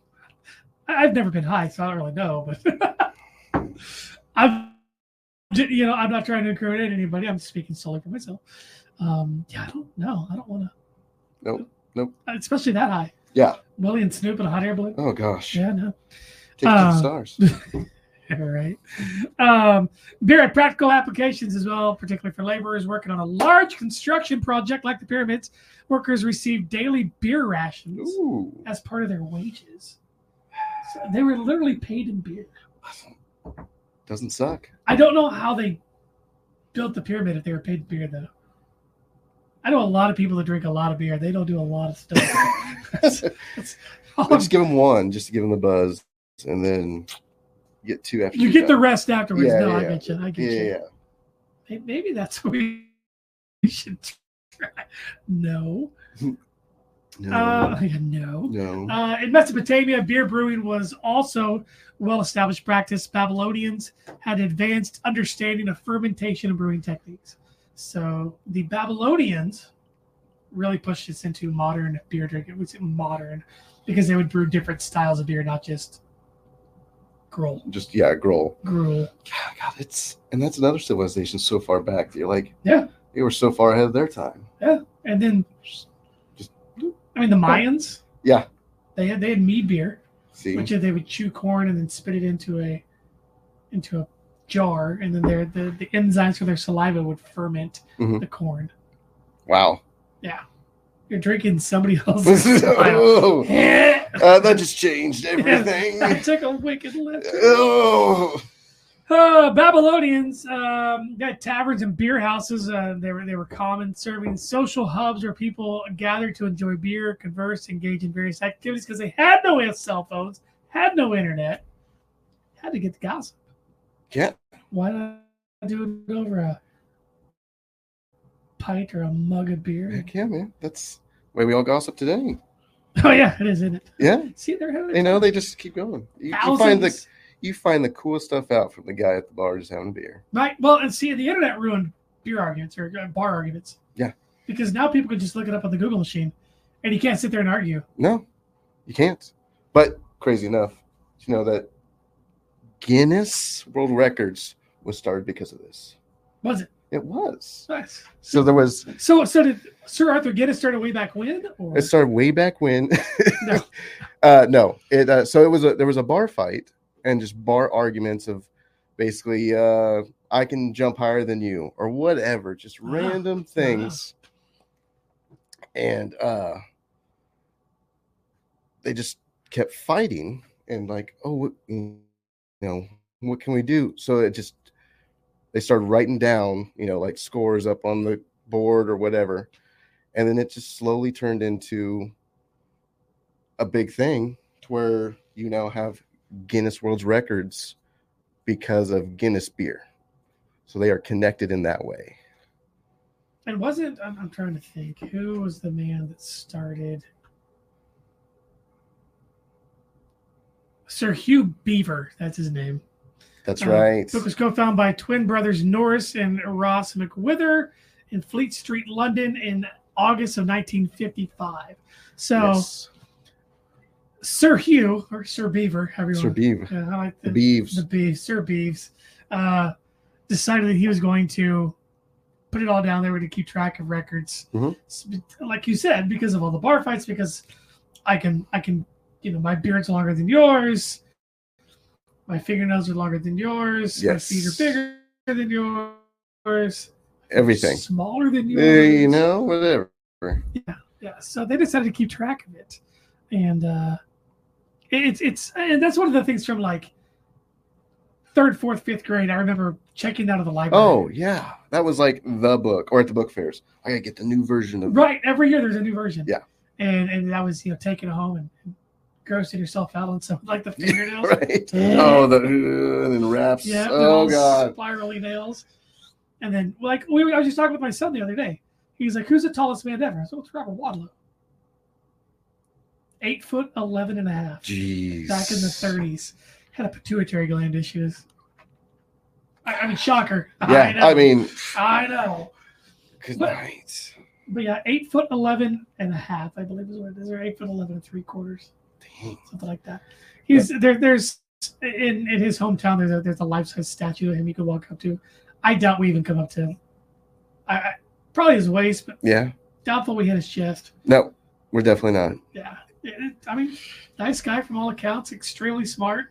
I- I've never been high, so I don't really know. But I'm, j- you know, I'm not trying to incriminate anybody. I'm speaking solely for myself. Um, yeah, I don't know. I don't want to.
Nope, nope.
Especially that high.
Yeah.
Willie and Snoop and a hot air balloon.
Oh gosh.
Yeah, no.
Take it to the
Uh,
stars.
All right. Um, Barrett, practical applications as well, particularly for laborers working on a large construction project like the pyramids. Workers receive daily beer rations
Ooh.
as part of their wages. So they were literally paid in beer.
Doesn't suck.
I don't know how they built the pyramid if they were paid in beer, though. I know a lot of people that drink a lot of beer. They don't do a lot of stuff. That's- that's all I'm-
Just give them one, just to give them the buzz, and then get two after.
you
you're
get the
done.
rest afterwards.
Yeah,
no, I
yeah,
get you. I get
Yeah,
you.
yeah. yeah.
May- Maybe that's what we we should try. No.
No.
Uh, yeah, no.
no.
Uh, in Mesopotamia, beer brewing was also well established practice. Babylonians had advanced understanding of fermentation and brewing techniques. So the Babylonians really pushed this into modern beer drinking. We say modern because they would brew different styles of beer, not just gruel.
just yeah, growl.
Gruel.
God, God, it's and that's another civilization so far back that you're like,
Yeah.
they were so far ahead of their time.
And then,
Just-
I mean, the Mayans.
Yeah.
They had, they had mead beer.
See,
which is they would chew corn and then spit it into a into a jar and then their the, the enzymes for their saliva would ferment
Mhm.
the corn
wow,
you're drinking somebody else's saliva.
oh,
Eh,
uh, that just changed everything.
i took a wicked lift
oh,
Uh, Babylonians um, they had taverns and beer houses. Uh, they were they were common, serving social hubs where people gathered to enjoy beer, converse, engage in various activities because they had no cell phones, had no internet, had to get the gossip.
Yeah.
Why not do it over a pint or a mug of beer?
heck yeah, man, that's the way we all gossip today.
Oh yeah, it is, isn't it?
Yeah,
See, they're having
you know, they just keep going. You, you find the
thousands.
you find the coolest stuff out from the guy at the bar just having a beer.
Right. Well, and see, the internet ruined beer arguments or uh, bar arguments.
Yeah.
Because now people can just look it up on the Google machine, and you can't sit there and argue.
No, you can't. But crazy enough, you know that Guinness World Records was started because of this.
Was it?
It was.
Nice.
So there was
So, so did Sir Arthur Guinness started way back when? Or
It started way back when.
No.
No, uh, no. It uh, so it was a there was a bar fight and just bar arguments of basically uh, I can jump higher than you or whatever, just
Wow.
random things. And uh, they just kept fighting and like, oh, what, you know, what can we do? So it just they started writing down, you know, like scores up on the board or whatever. And then it just slowly turned into a big thing to where you now have Guinness World Records because of Guinness beer. So they are connected in that way.
and wasn't I'm, I'm trying to think who was the man that started Sir Hugh Beaver? That's his name.
That's
Uh,
right.
book was co-founded by twin brothers Norris and Ross McWither in Fleet Street, London, in August of 1955. So
Yes.
Sir Hugh or Sir Beaver, however you
Sir
want to-
Beeve.
Yeah, I like
The
the,
Beeves.
the Beeves, Sir Beeves, uh, decided that he was going to put it all down there to keep track of records,
Mhm.
S- like you said, because of all the bar fights. Because I can, I can, you know, my beard's longer than yours, my fingernails are longer than yours,
Yes.
my feet are bigger than yours,
Everything.
smaller than yours.
Eh, you know, whatever.
Yeah, so they decided to keep track of it, and uh, it- it's it's and that's one of the things from like third, fourth, fifth grade. I remember checking out of the library.
Oh, yeah. That was like the book or at the book fairs. I got to get the new version of
right. Every year there's a new version.
Yeah.
and and that was you know taking it home and, and grossing yourself out on some like the
Yeah,
fingernails.
Right. Oh, the and then wraps.
Yeah. they're
oh,
all
God.
Spirally nails, and then like we were- I was just talking with my son the other day. He was like, "Who's the tallest man ever?" I said, "Well, "It's Robert Wadlow." Eight foot eleven and a half.
Jeez.
back in the 30s. Had a pituitary gland issues. I, I mean, shocker.
Yeah, I mean,
I know.
Good night.
But yeah, eight foot eleven and a half, I believe is what it is, or eight foot eleven and three quarters,
Dang.
something like that. He's there. There's in in his hometown. There's a there's a life size statue of him you could walk up to. I doubt we even come up to him. I, I probably his waist, but
Yeah.
doubtful we hit his chest.
No, we're definitely not.
Yeah, It- it- I mean, nice guy from all accounts, extremely smart,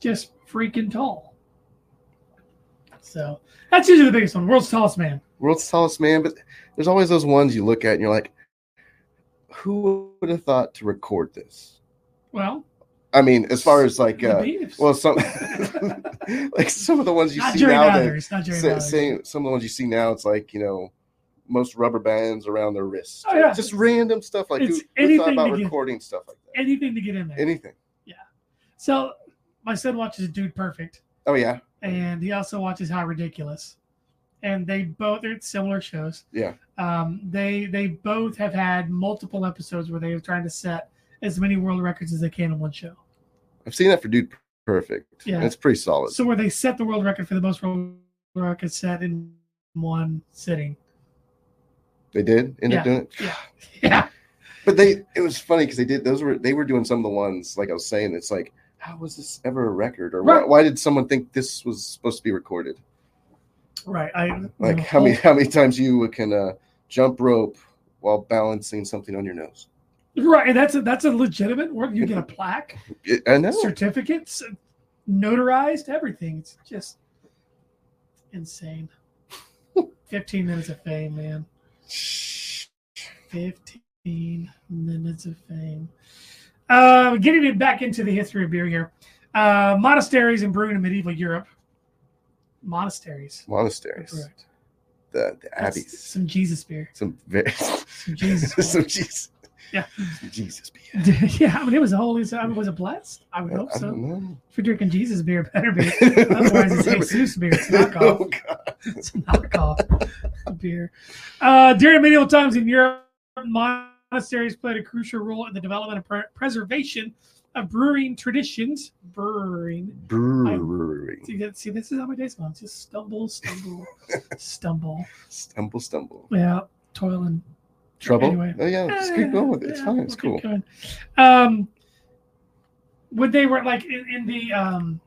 just freaking tall. So that's usually the biggest one. World's tallest man.
World's tallest man, but there's always those ones you look at and you're like, who would have thought to record this?
Well,
I mean, as far as like,
the
uh,
Beavs.
well, some like some of the ones you
not
see
Jerry
now that
Mathers. not Jerry
say,
Mathers.
some of the ones you see now, it's like you know, most rubber bands around their wrists.
Oh, yeah.
Just random stuff like
It's
who, who thought
anything
about
to get-
recording stuff like that?
Anything to get in there.
Anything.
so my son watches Dude Perfect.
Oh yeah,
and he also watches How Ridiculous. And they both are similar shows.
Yeah.
Um, they they both have had multiple episodes where they are trying to set as many world records as they can in one show.
I've seen that for Dude Perfect.
Yeah.
Yeah, it's pretty solid.
So where they set the world record for the most world records set in one sitting.
they did end
Yeah.
up doing it,
Yeah.
but they it was funny because they did those were they were doing some of the ones like I was saying. It's like how was this ever a record, or why,
Right.
why did someone think this was supposed to be recorded?
Right. I
Like how many how many times you can uh, jump rope while balancing something on your nose?
Right. And that's a that's a legitimate work. You get a plaque,
It- I know.
certificates, notarized, everything. It's just insane. Fifteen minutes of fame, man. 15 minutes of fame. Uh, getting it back into the history of beer here. Uh, monasteries and brewing in medieval Europe. Monasteries.
Monasteries.
Correct.
the, the
That's
abbeys.
Some Jesus beer.
Some very
Some Jesus beer.
some Jesus.
Yeah.
Some Jesus beer.
yeah, I mean, it was a holy. I mean, was it blessed? I would
I,
hope
I
so.
don't know.
If you're drinking Jesus beer, it better be. Otherwise, it's Jesus beer. It's knockoff.
Oh, God.
it's knockoff beer. Uh, during medieval times in Europe, monasteries played a crucial role in the development and pre- preservation of brewing traditions. Brewing.
Brewery.
See, that- see, this is how my day's going. Just stumble, stumble, stumble.
Stumble, stumble.
Yeah, toil and
Trouble.
Anyway.
Oh yeah, just keep going with it. It's
Yeah,
fine. It's
we'll
cool.
keep going. Um, when they were like in, in the um,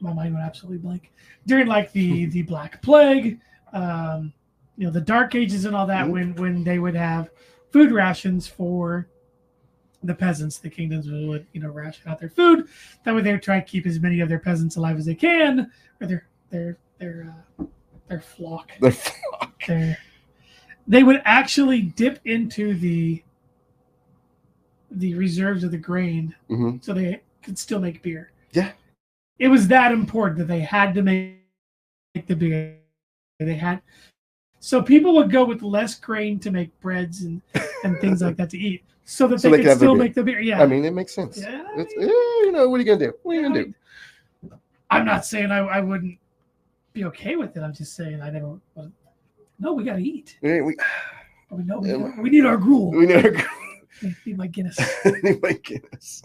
my mind went absolutely blank during like the the Black Plague, um, you know, the Dark Ages and all that.
Mhm.
When when they would have food rations for the peasants, the kingdoms would you know ration out their food. That way, they would try to keep as many of their peasants alive as they can, or their their their uh, their flock
The-
there. They would actually dip into the the reserves of the grain
Mhm.
so they could still make beer.
Yeah.
It was that important that they had to make, make the beer. They had so people would go with less grain to make breads and, and things like that to eat so that
So
they,
they could
could
have their
still
beer.
make the beer. Yeah.
I mean, it makes sense.
yeah.
It's, eh, you know, what are you gonna do? What are you gonna do?
I'm not saying I, I wouldn't be okay with it. I'm just saying I never. No, we gotta eat.
We, we,
We know Oh, we,
Yeah.
got- we need our gruel.
we never
I need my Guinness.
anyway, Guinness.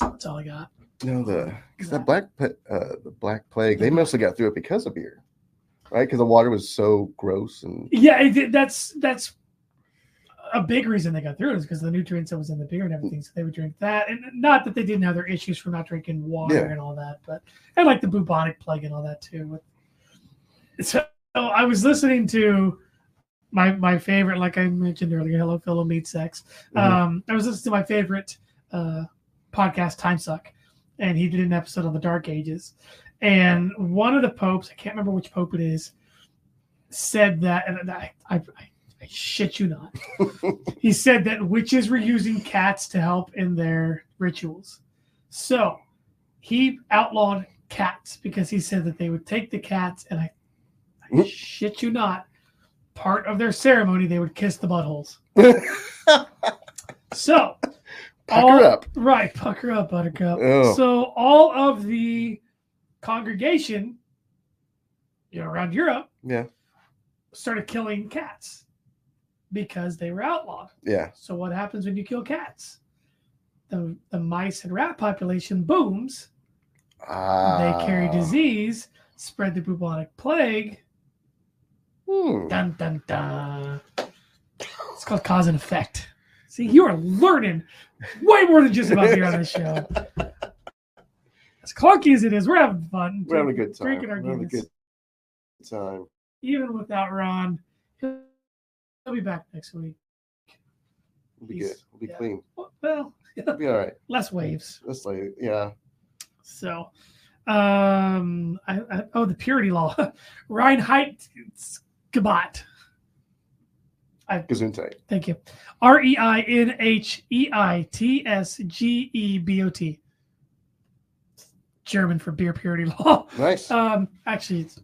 That's all I got.
No, the because the black Pla- uh, the black plague, they mostly got through it because of beer, right? Because the water was so gross and
Yeah, it, it- that's that's a big reason they got through it is because the nutrients that was in the beer and everything. So they would drink that, and not that they didn't have their issues from not drinking water
Yeah.
and all that, but and like the bubonic plague and all that too. So I was listening to my my favorite, like I mentioned earlier, Hello Fellow Meat Sex. Um, I was listening to my favorite uh, podcast, Time Suck, and he did an episode on the Dark Ages. And one of the popes, I can't remember which pope it is, said that, and I, I, I, I shit you not, he said that witches were using cats to help in their rituals. So he outlawed cats because he said that they would take the cats, and I, I
Oop.
shit you not, part of their ceremony, they would kiss the buttholes. So
pucker
all-
up.
Right, pucker up, Buttercup.
Oh.
So all of the congregation, you know, around Europe,
Yeah,
started killing cats because they were outlawed.
yeah.
So what happens when you kill cats? The the mice and rat population booms. They carry
Ah.
disease, spread the bubonic plague,
Hmm.
Dun dun dun. It's called cause and effect. See, you are learning way more than just about beer on this show. As clunky as it is, we're having fun.
We're having a good time.
Drinking our
We're having a
Guinness.
good time.
Even without Ron, he'll he'll be back next week.
We'll be
He's-
good. We'll be
yeah.
clean.
Well,
We'll be all right.
less waves.
That's like, yeah.
So, um, I, I, oh, the purity law. Reinheit Scabat.
Gesundheit.
Thank you. R E I N H E I T S G E B O T. German for beer purity law.
Nice.
Um, actually, it's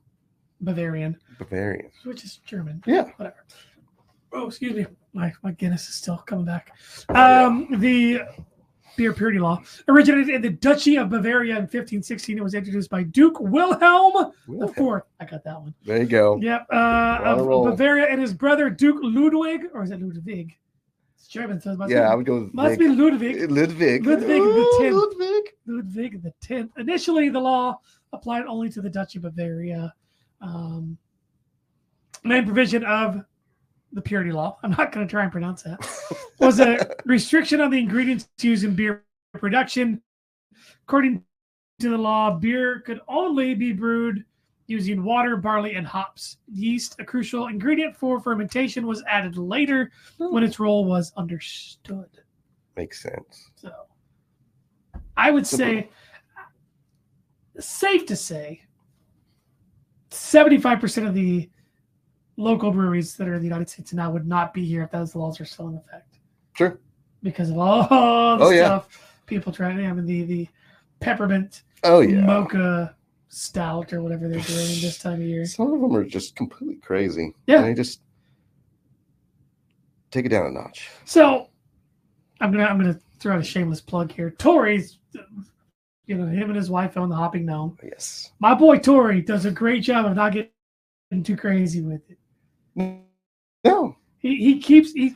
Bavarian,
Bavarian.
which is German.
Yeah.
Whatever. Oh, excuse me. My, my Guinness is still coming back. Um, The beer purity law originated in the Duchy of Bavaria in 1516. It was introduced by Duke Wilhelm the Fourth. I got that one.
There you go.
Yep. Uh,
and
of
roll.
Bavaria and his brother Duke Ludwig, or is it Ludwig? It's German, so it must,
Yeah, I
be,
would go with
must be
Vic.
Ludwig.
Ludwig.
Ludwig the
Ooh,
Tenth.
Ludwig.
Ludwig the Tenth. Initially, the law applied only to the Duchy of Bavaria. Um, main provision of the purity law. I'm not going to try and pronounce that. Was a restriction on the ingredients used in beer production. According to the law, beer could only be brewed using water, barley, and hops. Yeast, a crucial ingredient for fermentation, was added later when its role was understood.
Makes sense.
So I would say safe to say 75% of the local breweries that are in the United States now would not be here if those laws are still in effect
Sure.
because of all the
Oh, yeah.
stuff people try I mean the the peppermint
Oh, yeah.
mocha stout or whatever they're doing this time of year.
Some of them are just completely crazy.
Yeah.
They just take it down a notch.
So I'm gonna I'm gonna throw out a shameless plug here. Tori's you know, him and his wife own the hopping gnome.
Yes.
my boy Tori does a great job of not getting too crazy with it.
No.
He he keeps he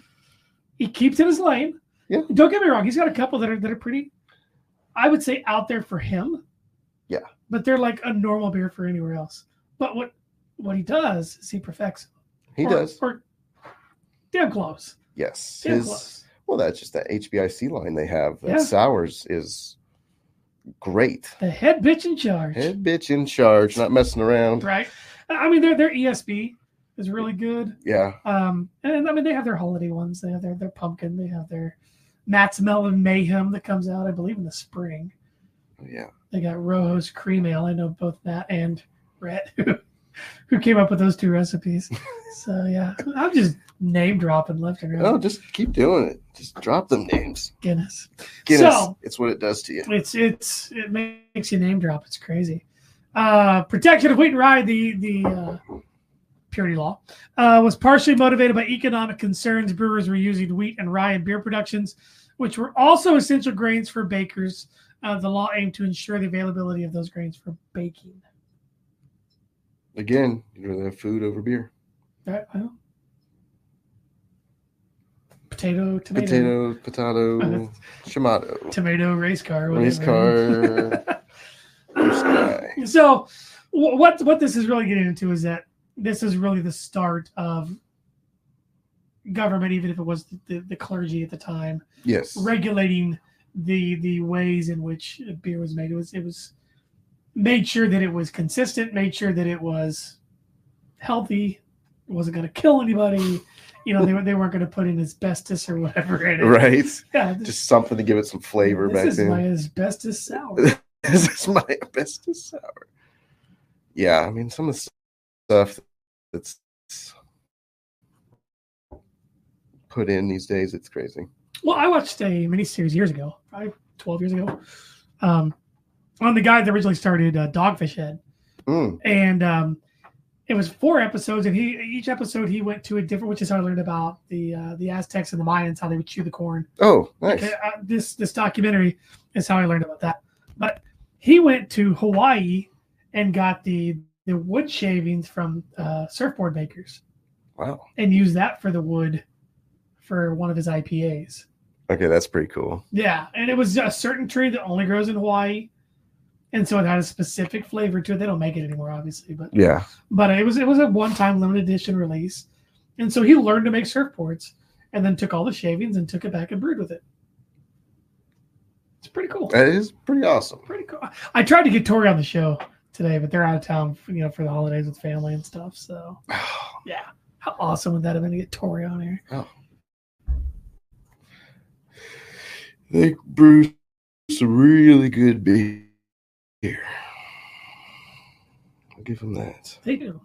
he keeps in his lane.
Yeah.
Don't get me wrong, he's got a couple that are that are pretty I would say out there for him.
Yeah.
But they're like a normal beer for anywhere else. But what what he does is he perfects them.
He
Or-
does.
Or damn close.
Yes.
Damn
His,
close.
well, that's just that HBIC line they have. That
Yeah.
Sours is great.
The head bitch in charge.
Head bitch in charge, not messing around.
Right. I mean their their ESB is really good.
Yeah.
Um, and I mean, they have their holiday ones. They have their, their pumpkin. They have their Matt's Melon Mayhem that comes out, I believe, in the spring.
Yeah.
They got Rojo's Cream Ale. I know both Matt and Brett who, who came up with those two recipes. So yeah, I'm just name dropping left and right.
No, just keep doing it. Just drop them names.
Guinness.
Guinness,
So-
it's what it does to you.
It's it's it makes you name drop. It's crazy. Uh, protection of wheat and rye, the the uh, purity law, uh, was partially motivated by economic concerns. Brewers were using wheat and rye in beer productions, which were also essential grains for bakers. Uh, the law aimed to ensure the availability of those grains for baking.
Again, you'd rather have food over beer.
Right? Uh, Well, potato, tomato,
Potato, potato,
Uh-huh.
shimado,
tomato race car, whatever.
race car, blue sky.
so wh- what what this is really getting into is that this is really the start of government even if it was the, the clergy at the time
Yes.
regulating the the ways in which beer was made it was it was made sure that it was consistent made sure that it was healthy it wasn't going to kill anybody you know they, were- they weren't going to put in asbestos or whatever in it
Right.
yeah this,
Just something to give it some flavor
this
back
is
then.
my asbestos sour
this is my bestest sour. Yeah, I mean some of the stuff that's put in these days, it's crazy.
Well, I watched a miniseries years ago, probably 12 years ago, um, on the guy that originally started uh, Dogfish Head.
Mm,
And um, it was four episodes, and he each episode he went to a different, which is how I learned about the uh, the Aztecs and the Mayans, how they would chew the corn.
Oh, nice.
Uh, uh, this this documentary is how I learned about that. But he went to Hawaii and got the the wood shavings from uh, surfboard makers
Wow.
and used that for the wood for one of his IPAs.
Okay, that's pretty cool.
Yeah, and it was a certain tree that only grows in Hawaii. and so it had a specific flavor to it. They don't make it anymore, obviously, but
Yeah.
but it was it was a one time limited edition release, and so he learned to make surfboards, and then took all the shavings and took it back and brewed with it. It's pretty cool.
That is pretty awesome.
Pretty cool. I tried to get Tori on the show today, but they're out of town, for, you know, for the holidays with family and stuff. So yeah, how awesome would that have been to get Tori on here?
They brew some really good beer. I'll give him that.
They do.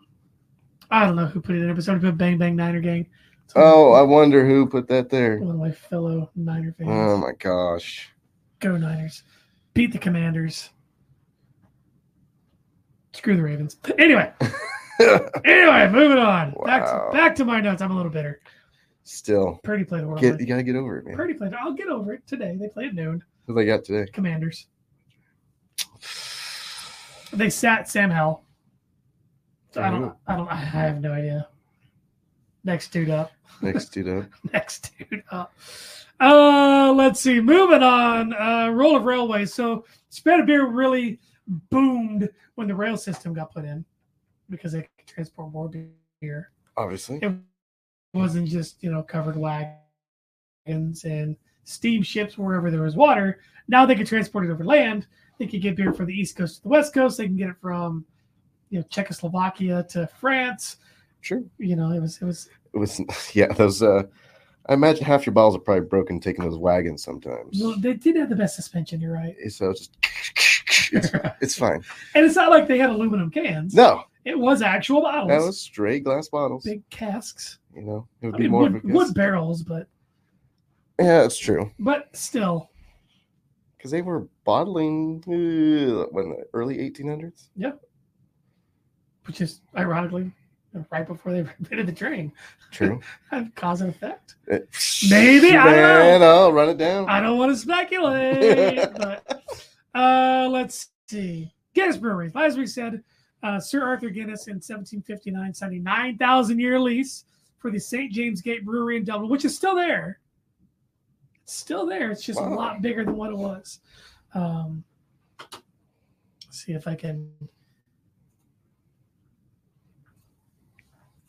I don't know who put it in there, but somebody put Bang Bang Niner Gang. It's one of
Oh, I wonder who put that there.
one of my fellow Niner fans.
Oh my gosh.
Go Niners. Beat the Commanders. Screw the Ravens. Anyway, anyway, moving on. Back to
Wow.
back to my notes. I'm a little bitter.
Still,
Purdy played horrible.
get you gotta get over it, man.
Purdy played. I'll get over it today. They played noon.
Who they got today?
Commanders. They sat Sam Howell. So I don't. I don't. I have no idea. Next dude up.
Next dude up.
next dude up. Uh, let's see. Moving on. Uh, roll of railways. So spread of beer really boomed when the rail system got put in because they could transport more beer.
Obviously.
It wasn't just you know covered wagons and steamships wherever there was water. Now they could transport it over land. They could get beer from the east coast to the west coast. They can get it from you know Czechoslovakia to France.
Sure.
You know it was it was
It was yeah, those uh I imagine half your bottles are probably broken taking those wagons sometimes. Eh,
well, they did have the best suspension. You're right.
So it's just it's, it's fine.
And it's not like they had aluminum cans.
No,
It was actual bottles.
that was straight glass bottles.
big casks.
You know, it would
I
be
mean,
more of
wood,
a
wood barrels, but
Yeah, that's true.
but still,
Because they were bottling uh, when the early 1800s.
which is ironically right before they invented the train,
True.
have cause and effect.
Uh,
Maybe, I don't know.
Man, I'll run it down.
I don't want to speculate, but uh, let's see. Guinness Brewery. Last we said, uh, Sir Arthur Guinness in 1759 signed a 9,000 year lease for the St. James Gate Brewery in Dublin, which is still there. It's still there. It's just a
Wow.
lot bigger than what it was. Um, let's see if I can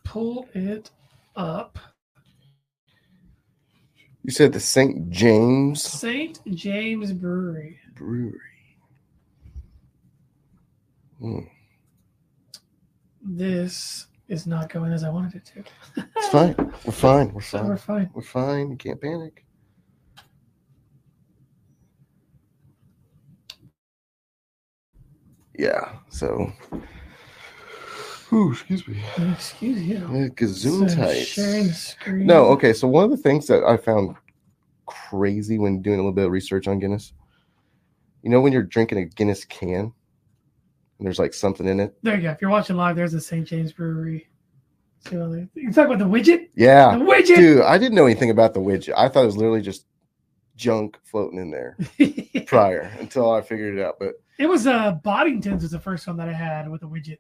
pull it up.
You said the St. James
St. James Brewery.
Brewery. Hmm.
this is not going as I wanted it to.
It's fine. We're fine. We're
So we're
fine.
fine.
We're fine. You can't panic. Yeah. So. Ooh, excuse me.
Excuse you.
Uh, Gazoon
So,
tights.
Sharing the screen.
No, okay. So one of the things that I found crazy when doing a little bit of research on Guinness, you know, when you're drinking a Guinness can and there's like something in it.
There you go. If you're watching live, there's the St. James Brewery. See what they- You talk about the widget?
Yeah,
the widget!
dude, I didn't know anything about the widget. I thought it was literally just junk floating in there prior until I figured it out. But
it was uh Boddington's was the first one that I had with a widget.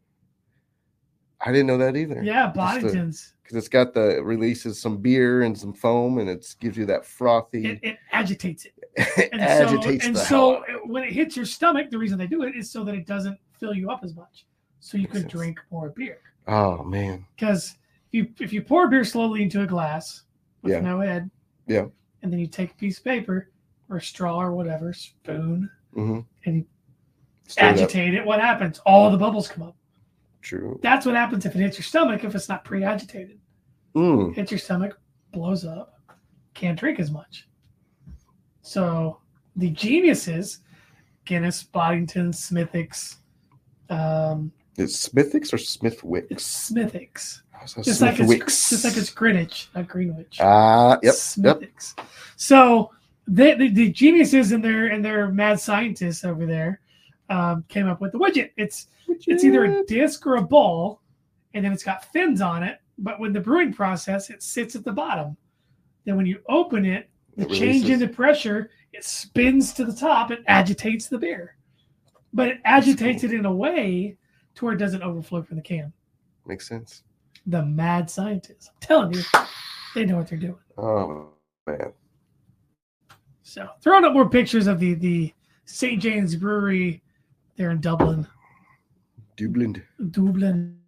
I didn't know that either.
Yeah,
the-
Boddington's.
because it's got the it releases some beer and some foam, and it gives you that frothy.
It, it agitates it.
it
And
agitates
so, and
the
so
hell out of it.
it- when it hits your stomach, the reason they do it is so that it doesn't fill you up as much. So you
Makes
could
sense.
drink more beer.
Oh man,
because if you if you pour beer slowly into a glass with
Yeah.
no head,
Yeah.
and then you take a piece of paper or a straw or whatever spoon,
mm-hmm.
And you agitate it. What happens? All the bubbles come up.
True.
That's what happens if it hits your stomach. If it's not pre-agitated,
Mm.
hits your stomach, blows up, can't drink as much. So the geniuses, Guinness, Boddington, Smithix, um,
It's Smithix or Smithwick?
it's Smithix,
So
just like it's just like it's Greenwich, not Greenwich.
Ah, yep, yep.
Smithix. So they, the, the geniuses and their and their mad scientists over there um, came up with the widget. It's it's either a disc or a ball, and then it's got fins on it. But when the brewing process, it sits at the bottom. Then when you open it, the
It
change in
releases.
the pressure, it spins to the top and agitates the beer. But it agitates it in a way to where it doesn't overflow from the can.
Makes sense.
The mad scientists. I'm telling you, they know what they're doing.
Oh man,
So throwing up more pictures of the the St. James Brewery They're in Dublin.
Dublin.
Dublin.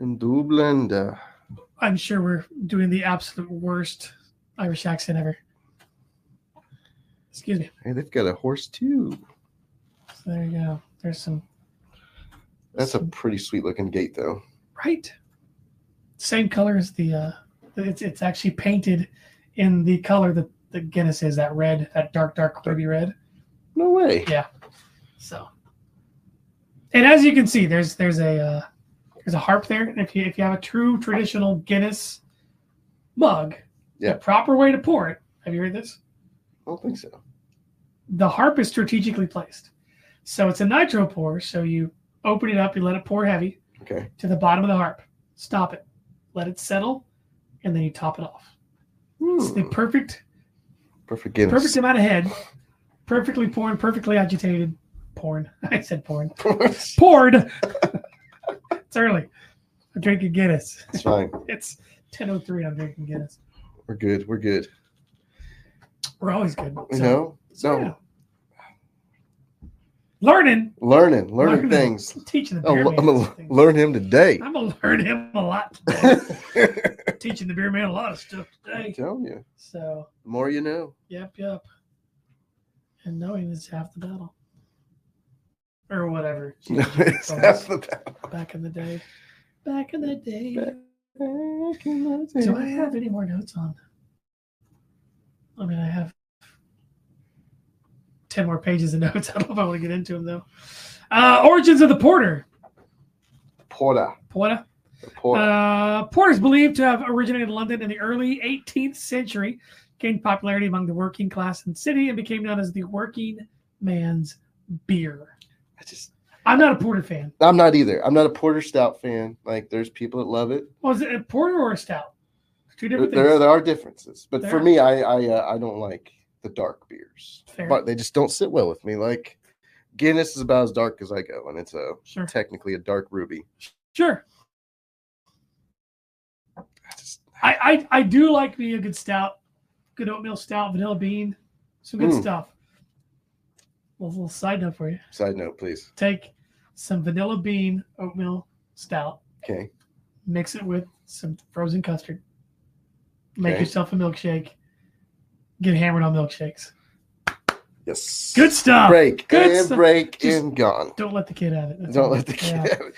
In Dublin. uh,
I'm sure we're doing the absolute worst Irish accent ever. Excuse me.
Hey, they've got a horse too.
So there you go. There's some
That's a pretty sweet looking gate, though.
right. Same color as the. Uh, it's it's actually painted in the color that the Guinness is that red, that dark dark ruby red.
No way.
So, and as you can see, there's there's a uh, there's a harp there. And if you if you have a true traditional Guinness mug,
Yeah.
the proper way to pour it. Have you heard this?
I don't think so.
The harp is strategically placed, so it's a nitro pour. So you open it up, you let it pour heavy
Okay.
to the bottom of the harp. Stop it, let it settle, and then you top it off. It's the
Hmm.
perfect
Perfect Guinness.
perfect amount of head, perfectly poured, perfectly agitated. Porn. I said porn. poured. it's early. I'm drinking Guinness.
it's fine.
It's 10:03. I'm drinking Guinness.
We're good. We're good.
We're always good. So-
You know?
so,
no.
yeah. Learning,
Learning, learning,
Learning.
things.
teaching the
Oh,
beer
I'm
man.
gonna
things.
learn him today.
I'm gonna learn him a lot. today.
I'm
teaching the beer man a lot of stuff today.
telling you,
So,
the more you know.
yep, yep. And knowing is half the battle, or whatever.
it's half the battle.
Back in the day. Back in the day.
Back in
Do I have any more notes on? I mean, I have ten more pages of notes. I don't know if I want to get into them though. Uh, origins of the porter.
Porter.
Porter.
The Porter.
Uh, porters believed to have originated in London in the early 18th century, gained popularity among the working class in the city, and became known as the working man's beer.
I just,
I'm not a porter fan.
I'm not either. I'm not a porter stout fan. Like, there's people that love it.
Was it a porter or a stout? Two
There,
different
there, are-
things.
there are differences, but
There
for
are.
me, I I, uh, I don't like the dark beers.
Fair.
But they just don't sit well with me. Like, Guinness is about as dark as I go, and it's a
Sure.
technically a dark ruby.
Sure.
I just,
I, I I do like me a good stout, good oatmeal stout, vanilla bean, some good
Mm.
stuff. Well, little side note for you:
side note, please.
take some vanilla bean oatmeal stout,
Okay.
mix it with some frozen custard, make
Okay.
yourself a milkshake, get hammered on milkshakes.
Yes.
Good stuff.
break
Good
and
stuff.
break
Just-
and gone.
Don't let the kid have it. That's
Don't
all.
let the kid
Yeah.
have it.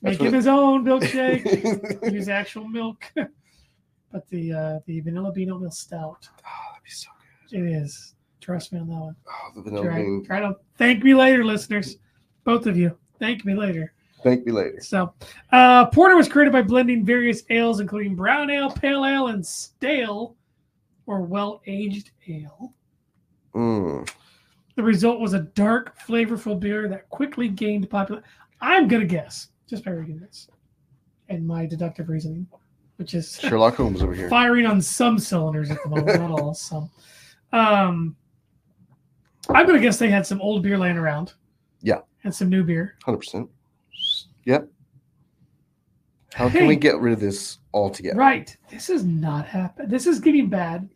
make
That's
him
what-
his own milkshake. use actual milk, but the uh, the vanilla bean oatmeal stout.
Oh, that'd be so good.
It is. Trust me on that one.
Oh, the vanilla
Try,
bean.
try to thank me later, listeners. Both of you, thank me later.
Thank me later.
So, uh, porter was created by blending various ales, including brown ale, pale ale, and stale or well aged ale.
Mm.
The result was a dark, flavorful beer that quickly gained popular. I'm gonna guess, just by reading this, and my deductive reasoning, which is
Sherlock Holmes over here.
firing on some cylinders at the moment, not all. Some. Um, I'm gonna guess they had some old beer laying around.
Yeah.
And some new beer.
100%. Yep. How can
Hey.
we get rid of this altogether?
Right. This is not happening. This is getting bad.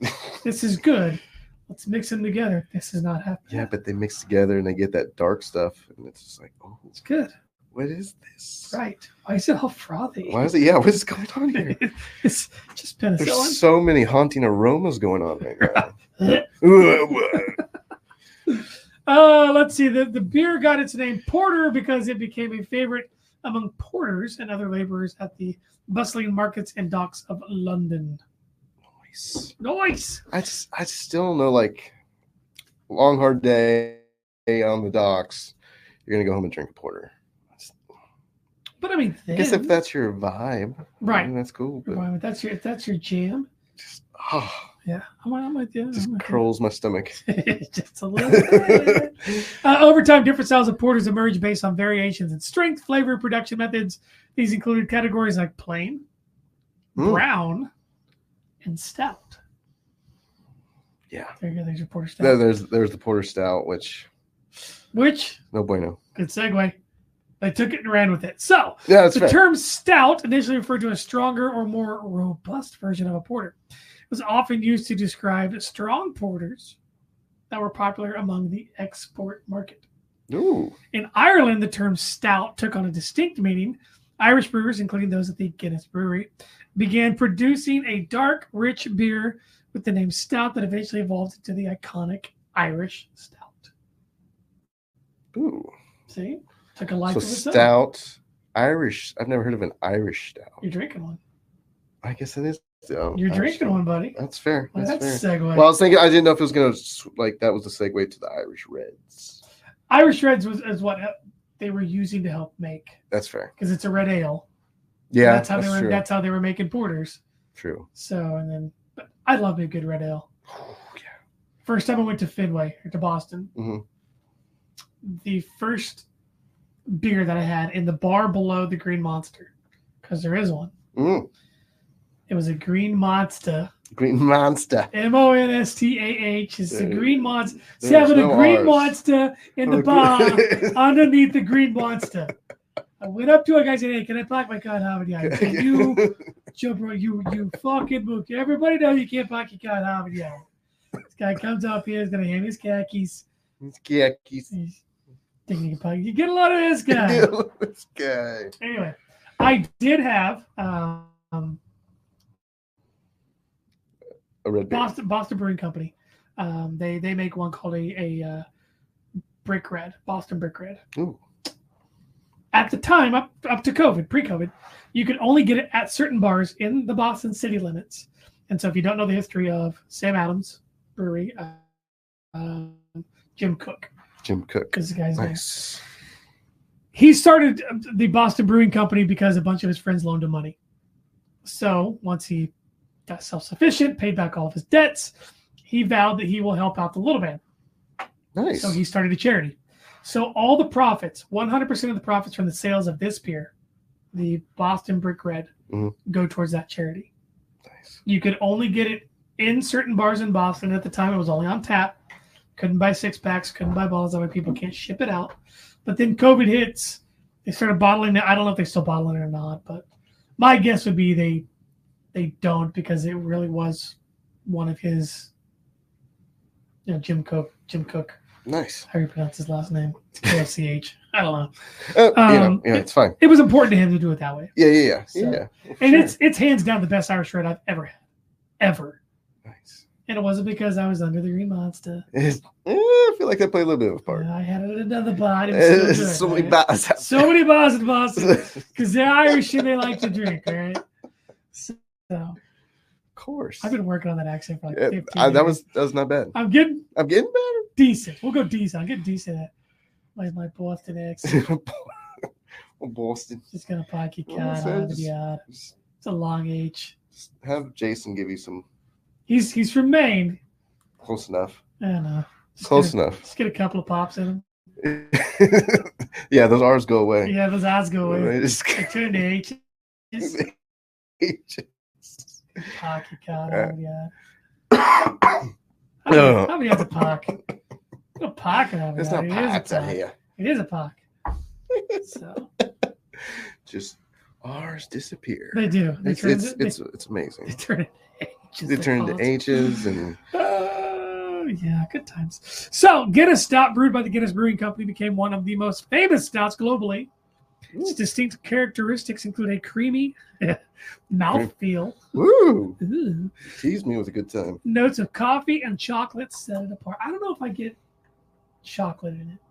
this is good. Let's mix them together. This is not happening.
Yeah, but they mix together and they get that dark stuff. And it's just like, oh,
It's good.
what is this?
Right. Why is it all frothy?
Why is it? Yeah, what's going on here?
it's just penicillin.
There's so many haunting aromas going on right now.
Uh, let's see. The, the beer got its name Porter because it became a favorite among porters and other laborers at the bustling markets and docks of London.
Nice.
Nice.
I just I still don't know like long hard day day on the docks. You're gonna go home and drink a porter.
But I mean,
I
then,
guess if that's your vibe, I
Right.
mean, that's cool. But
Why, if that's your if that's your jam,
just ah,
yeah. I'm, I'm with you.
just
I'm with you.
curls my stomach.
just a little bit. Uh, over time, different styles of porters emerged based on variations in strength, flavor, production methods. These included categories like plain,
Mm.
brown, and stout.
Yeah.
There you go. There's your porter stout.
There- there's there's the porter stout, which
Which
no bueno.
good segue. They took it and ran with it. So
Yeah, that's
the
fair.
term stout initially referred to a stronger or more robust version of a porter. It was often used to describe strong porters that were popular among the export market.
Ooh.
In Ireland, the term stout took on a distinct meaning. Irish brewers, including those at the Guinness Brewery, began producing a dark, rich beer with the name stout that eventually evolved into the iconic Irish stout.
Ooh.
See? Took a life
so
of its own.
stout, Irish. I've never heard of an Irish stout.
You're drinking one.
I guess it is. stout.
You're
Irish
drinking
stout.
one, buddy.
That's fair.
Well,
That's, fair.
that's a segue.
Well, I was thinking, I didn't know if it was going to, like, that was the segue to the Irish Reds.
Irish Reds was is what they were using to help make
That's fair.
because it's a red ale.
Yeah.
that's how they were.
true.
That's how they were making porters.
true.
So and then, but I love a good red ale.
Yeah.
First time I went to Fenway or to Boston,
Mhm.
the first beer that I had in the bar below the Green Monster, because there is one.
Mm,
It was a Green Monster.
green Monster.
M O N S T A H. It's the
There-
Green Monster. It's
there's
having
no
a Green
Rs. Oh,
Monster in the bar. underneath the green monster. I went up to a guy and said, Hey, can I park my car in Harvard Yard? He said, You, Joe, bro, you, you fucking mook. Everybody know you can't park your car in Harvard Yard. This guy comes up here, he's going to hand me his khakis.
yeah, he's
He's thinking he can park. You get a lot of this guy.
this guy.
anyway, I did have um,
A red beer.
Boston, Boston Brewing Company. Um, they, they make one called a, a uh, Brick Red, Boston Brick Red.
Ooh.
at the time, up up to COVID, pre-COVID, you could only get it at certain bars in the Boston city limits. And so, if you don't know the history of Sam Adams Brewery, uh, um, Jim Cook,
Jim Cook.
because the guy's name,
Nice.
he started uh, the Boston Brewing Company because a bunch of his friends loaned him money. So once he got self-sufficient, paid back all of his debts, he vowed that he will help out the little man.
Nice.
So he started a charity. So all the profits, 100% of the profits from the sales of this beer, the Boston Brick Red,
Mhm.
go towards that charity.
nice.
You could only get it in certain bars in Boston. At the time, it was only on tap. Couldn't buy six packs, couldn't buy bottles. That way, people can't ship it out. But then COVID hits. They started bottling it. I don't know if they're still bottling it or not, but my guess would be they they don't because it really was one of his, you know, Jim Cook. Jim Cook
Nice.
how do you pronounce his last name? It's KFCH. I don't know.
Oh, you know,
Um,
yeah, it's fine.
It was important to him to do it that way.
Yeah, yeah, yeah.
So-
yeah.
And
Sure.
it's it's hands down the best Irish red I've ever had. Ever.
nice.
And it wasn't because I was under the green monster.
It's- eh, I feel like that played a little bit of a part.
I had it at another bar. It was so,
There's
good,
so many
right?
battles out
so many bars in Boston.
there. of
Because they're Irish and they like to drink, right? So
course.
I've been working on that accent for like
Yeah,
15
I- that
years.
was that was not bad.
I'm getting
I'm getting better.
decent. We'll go decent. I'm getting decent at my, my Boston accent.
Oh, Boston.
Just gonna park your
Well,
car
so
out of
just-
the yard.
Just
It's a long H.
just have Jason give you some
He's he's from Maine.
close enough.
I don't know. Just
Close
get a,
enough.
Just get a couple of pops in him.
yeah, those R's go away.
Yeah, those eyes go away.
They just-
I turned to H. Just park your car.
Uh,
out of the yard. How many-
Ugh.
How many has a park? A park out of
There's
the
not
yard. It is a
parts out
park.
here.
It is a park. So
Just R's disappear.
they do. They
It's
turn
it's
it- they,
it's, it's amazing.
they turn it to H's.
They turn into
H's.
H's and
Oh, yeah, good times. So, Guinness Stout, brewed by the Guinness Brewing Company, became one of the most famous stouts globally. Its distinct characteristics include a creamy mouthfeel,
woo.
ooh,
Teased me with a good time.
notes of coffee and chocolate set it apart. I don't know if I get chocolate in it.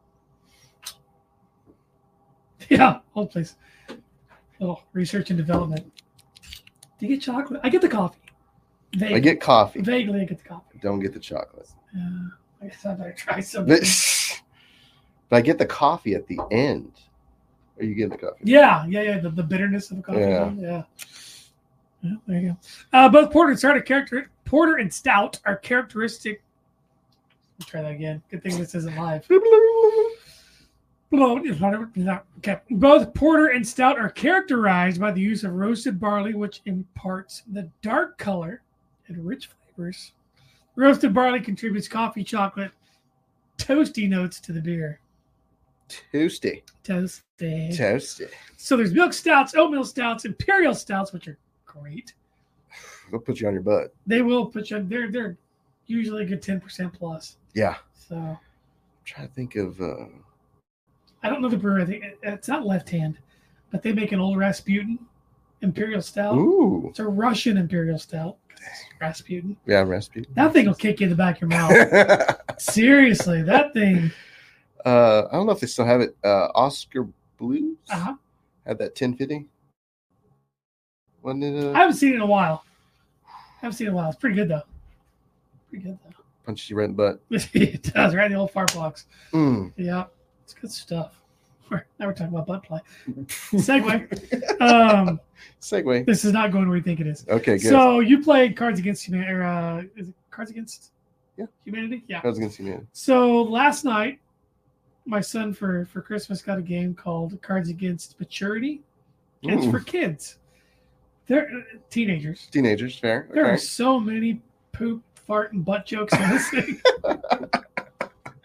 Yeah, hold please. little research and development. Do you get chocolate? I get the coffee. Vaguely,
I get coffee.
vaguely I get the coffee.
Don't get the chocolate.
Yeah, I guess I better try something.
But, but I get the coffee at the end. Are you getting the coffee?
Yeah, yeah, yeah. The, the bitterness of a coffee.
Yeah.
Yeah. yeah. Yeah, there you go. Uh, both porter and stout are character porter and stout are characteristic. I'll try that again. Good thing this isn't live. Blown is not- not- Okay. Both porter and stout are characterized by the use of roasted barley, which imparts the dark color and rich flavors. Roasted barley contributes coffee, chocolate, toasty notes to the beer.
Toasty.
Toasty.
Toasty.
So there's milk stouts, oatmeal stouts, imperial stouts, which are great.
They'll put you on your butt.
They will put you. They're they're usually a good ten percent plus.
Yeah. I'm
So
trying to think of uh
I don't know the brewer. I think it- it's not left hand, but they make an old Rasputin Imperial Stout.
Ooh,
It's a Russian Imperial Stout. 'cause it's Rasputin.
yeah, recipe.
That thing will kick you in the back of your mouth.
uh,
Seriously, that thing.
I don't know if they still have it. Uh, Oscar Blues
Uh,
had that 1050. Wasn't it
I
a
haven't seen it in a while. I haven't seen it in a while. It's pretty good though. Pretty good though.
punch you right in the butt?
it does right in the old fart box.
Mm.
Yeah, it's good stuff. We're, now we're talking about butt play. Segway. Um,
Segway.
this is not going where we think it is.
Okay, good.
So you played Cards Against Humanity, or uh, is it Cards Against
Yeah.
Humanity? Yeah.
I was gonna see you.
So last night, my son for for Christmas got a game called Cards Against Maturity. And It's
Ooh.
for kids. They're uh, teenagers.
Teenagers, fair.
There are
Okay.
so many poop, fart, and butt jokes on this thing. And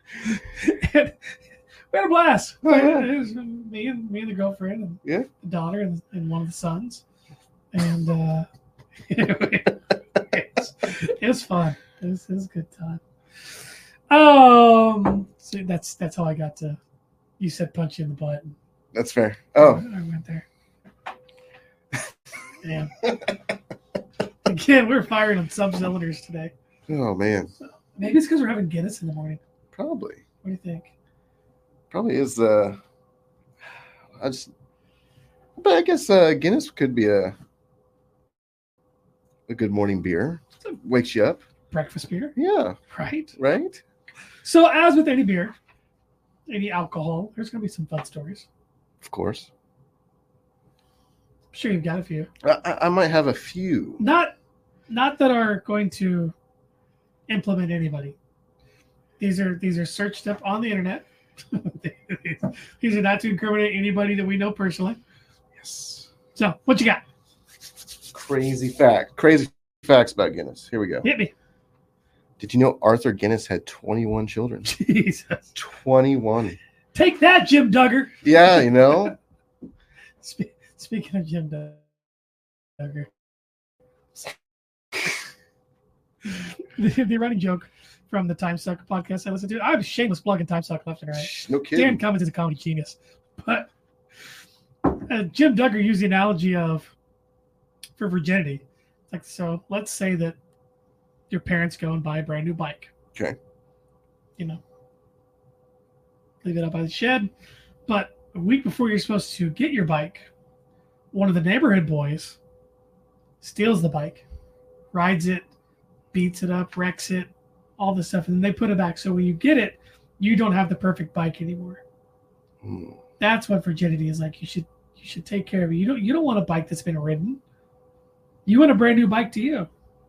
we had a blast.
Oh, yeah.
It was me and me and the girlfriend and
Yeah.
the daughter and, and one of the sons, and uh, it, was, it was fun. It was, it was a good time. Um, so that's that's how I got to. You said punch you in the butt.
That's fair. Oh,
I went there. Damn. Again, we're firing on sub cylinders today.
oh man.
Maybe it's because we're having Guinness in the morning.
Probably.
What do you think?
Probably is uh I just but I guess uh Guinness could be a a good morning beer. Wakes you up.
Breakfast beer,
Yeah,
right?
right?
So, as with any beer, any alcohol, there's going to be some fun stories.
Of course.
I'm sure you've got a few.
I, I- I might have a few.
Not, not that are going to implement anybody. These are these are searched up on the internet. these are not to incriminate anybody that we know personally.
Yes.
So, what you got?
Crazy fact. Crazy facts about Guinness. Here we go.
Hit me.
Did you know Arthur Guinness had 21 children?
Jesus.
21.
Take that, Jim Duggar.
Yeah, you know.
Spe- speaking of Jim Dug- Duggar, the, the running joke from the Time Suck podcast I listen to. I'm shameless plugging Time Suck left and right.
No
Dan
kidding.
Cummins is a comedy genius, but uh, Jim Duggar used the analogy of for virginity. It's Like, so let's say that your parents go and buy a brand new bike.
Okay.
You know, leave it up by the shed. But a week before you're supposed to get your bike, one of the neighborhood boys steals the bike, rides it, beats it up, wrecks it, all this stuff, and then they put it back. So when you get it, you don't have the perfect bike anymore.
Hmm.
That's what virginity is like. You should you should take care of it. You don't you don't want a bike that's been ridden. You want a brand new bike to you,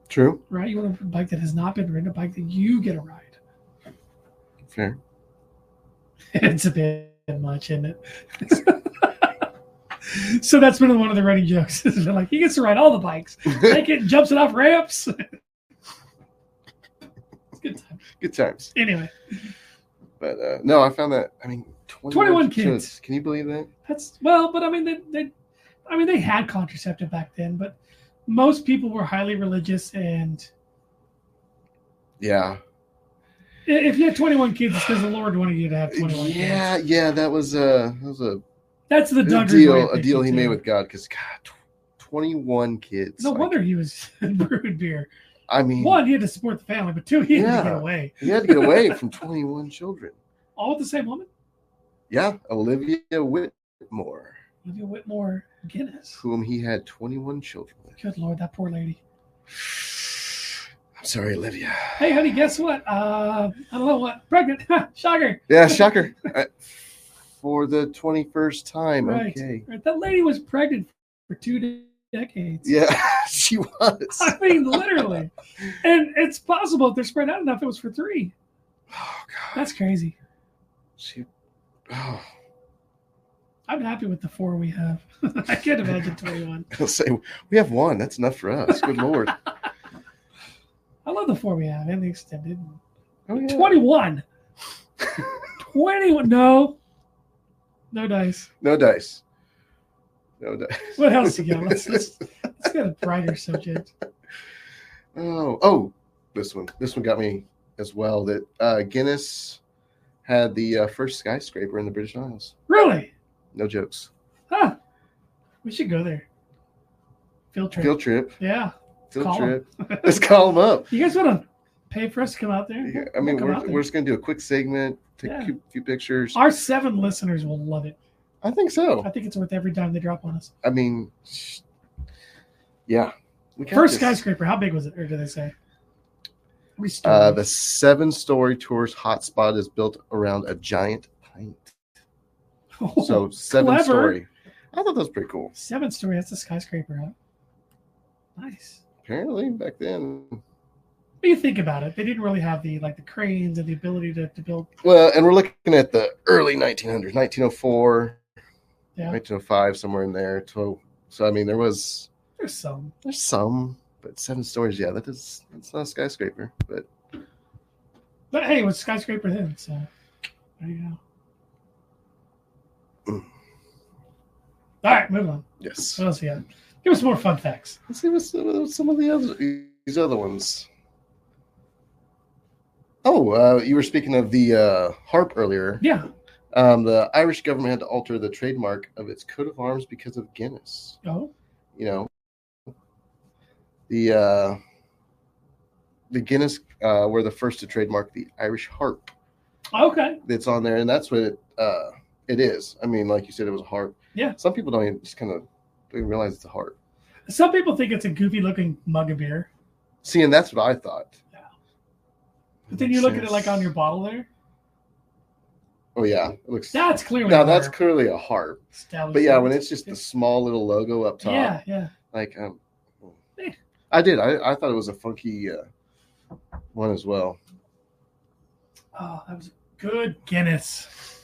True.
right? You want a bike that has not been ridden, a bike that you get a ride.
Fair.
It's a bit much, isn't it? so that's been one of the running jokes. It's been like he gets to ride all the bikes. Take it, jumps it off ramps. It's good time.
Good times.
Anyway,
But uh, no, I found that. I mean, 21,
21
kids.
kids.
Can you believe that?
That's well, but I mean they, they I mean they had contraceptive back then, but most people were highly religious and
Yeah.
i- if you had 21 kids it's because the Lord wanted you to have 21
Yeah,
kids.
yeah. That was a that was a,
That's the
a
Duggar's way of
deal a
thinking,
deal he
too.
made with God because God, tw- 21 kids.
No
like,
wonder he was brewed beer.
I mean,
One, he had to support the family, but two, he had to get
Yeah.
away.
he had to get away from 21 children.
All with the same woman?
Yeah, Olivia Whitmore,
Olivia Whitmore Guinness.
whom he had 21 children with.
Good lord, that poor lady.
I'm sorry, Olivia.
Hey, honey, guess what? Uh, I don't know what. Pregnant. Shocker.
Yeah, shocker. I- for the 21st time.
Right.
Okay.
Right, That lady was pregnant for two de- decades.
Yeah, she was.
I mean, literally. And it's possible if they're spread out enough, it was for three.
Oh God,
That's crazy.
she. Oh,
I'm happy with the four we have. I can't imagine 21.
I'll say we have one. That's enough for us. Good lord.
I love the four we have and the extended.
Oh, yeah.
21. 21. No. No dice.
No dice. No dice.
What else do you got? Let's, let's, let's get a brighter subject.
Oh, oh, this one. This one got me as well. That uh, Guinness had the uh, first skyscraper in the British Isles.
Really?
No jokes.
Huh. We should go there. Field trip.
Field trip.
yeah.
Field
Call 'em.
trip. Let's call them up.
You guys want to pay for us to come out there?
Yeah, I mean,
We'll come out
we're,
there.
we're just going to do a quick segment, take
Yeah.
a few, few pictures.
Our seven listeners will love it.
I think so.
I think it's worth every dime they drop on us.
I mean, sh- yeah. We got
First
this.
skyscraper, how big was it? Or did they say? We started.
Uh, the seven story tourist hotspot is built around a giant pint. So, seven
clever.
story. I thought that was pretty cool.
seven story. That's a skyscraper, huh? Nice.
Apparently, back then.
But you think about it, they didn't really have the like the cranes and the ability to, to build.
Well, and we're looking at the early 1900s, 1904,
Yeah.
1905, somewhere in there. So, so I mean, there was
There's some.
there's some, but seven stories. Yeah, that is that's not a skyscraper, but
But hey, it was skyscraper then, so there you go. All right, move on.
yes.
What else you got? Give us more fun facts.
Let's see what some, what some of the other these other ones. Oh, uh, you were speaking of the uh, harp earlier.
Yeah.
Um, the Irish government had to alter the trademark of its coat of arms because of Guinness.
Oh,
you know the uh the guinness uh were the first to trademark the irish harp
okay.
that's on there and that's what it uh it is i mean like you said it was a harp
Yeah.
some people don't even just kind of don't even realize it's a harp
Some people think it's a goofy looking mug of beer,
see and that's what i thought
but then you look at it like on your bottle there.
oh yeah it looks
That's clearly
now
a
that's
harp.
clearly a harp
Established
but yeah
harp.
when it's just the small little logo up top
yeah, yeah.
like um
Eh.
i did I, I thought it was a funky uh one as well
Oh, that was good Guinness.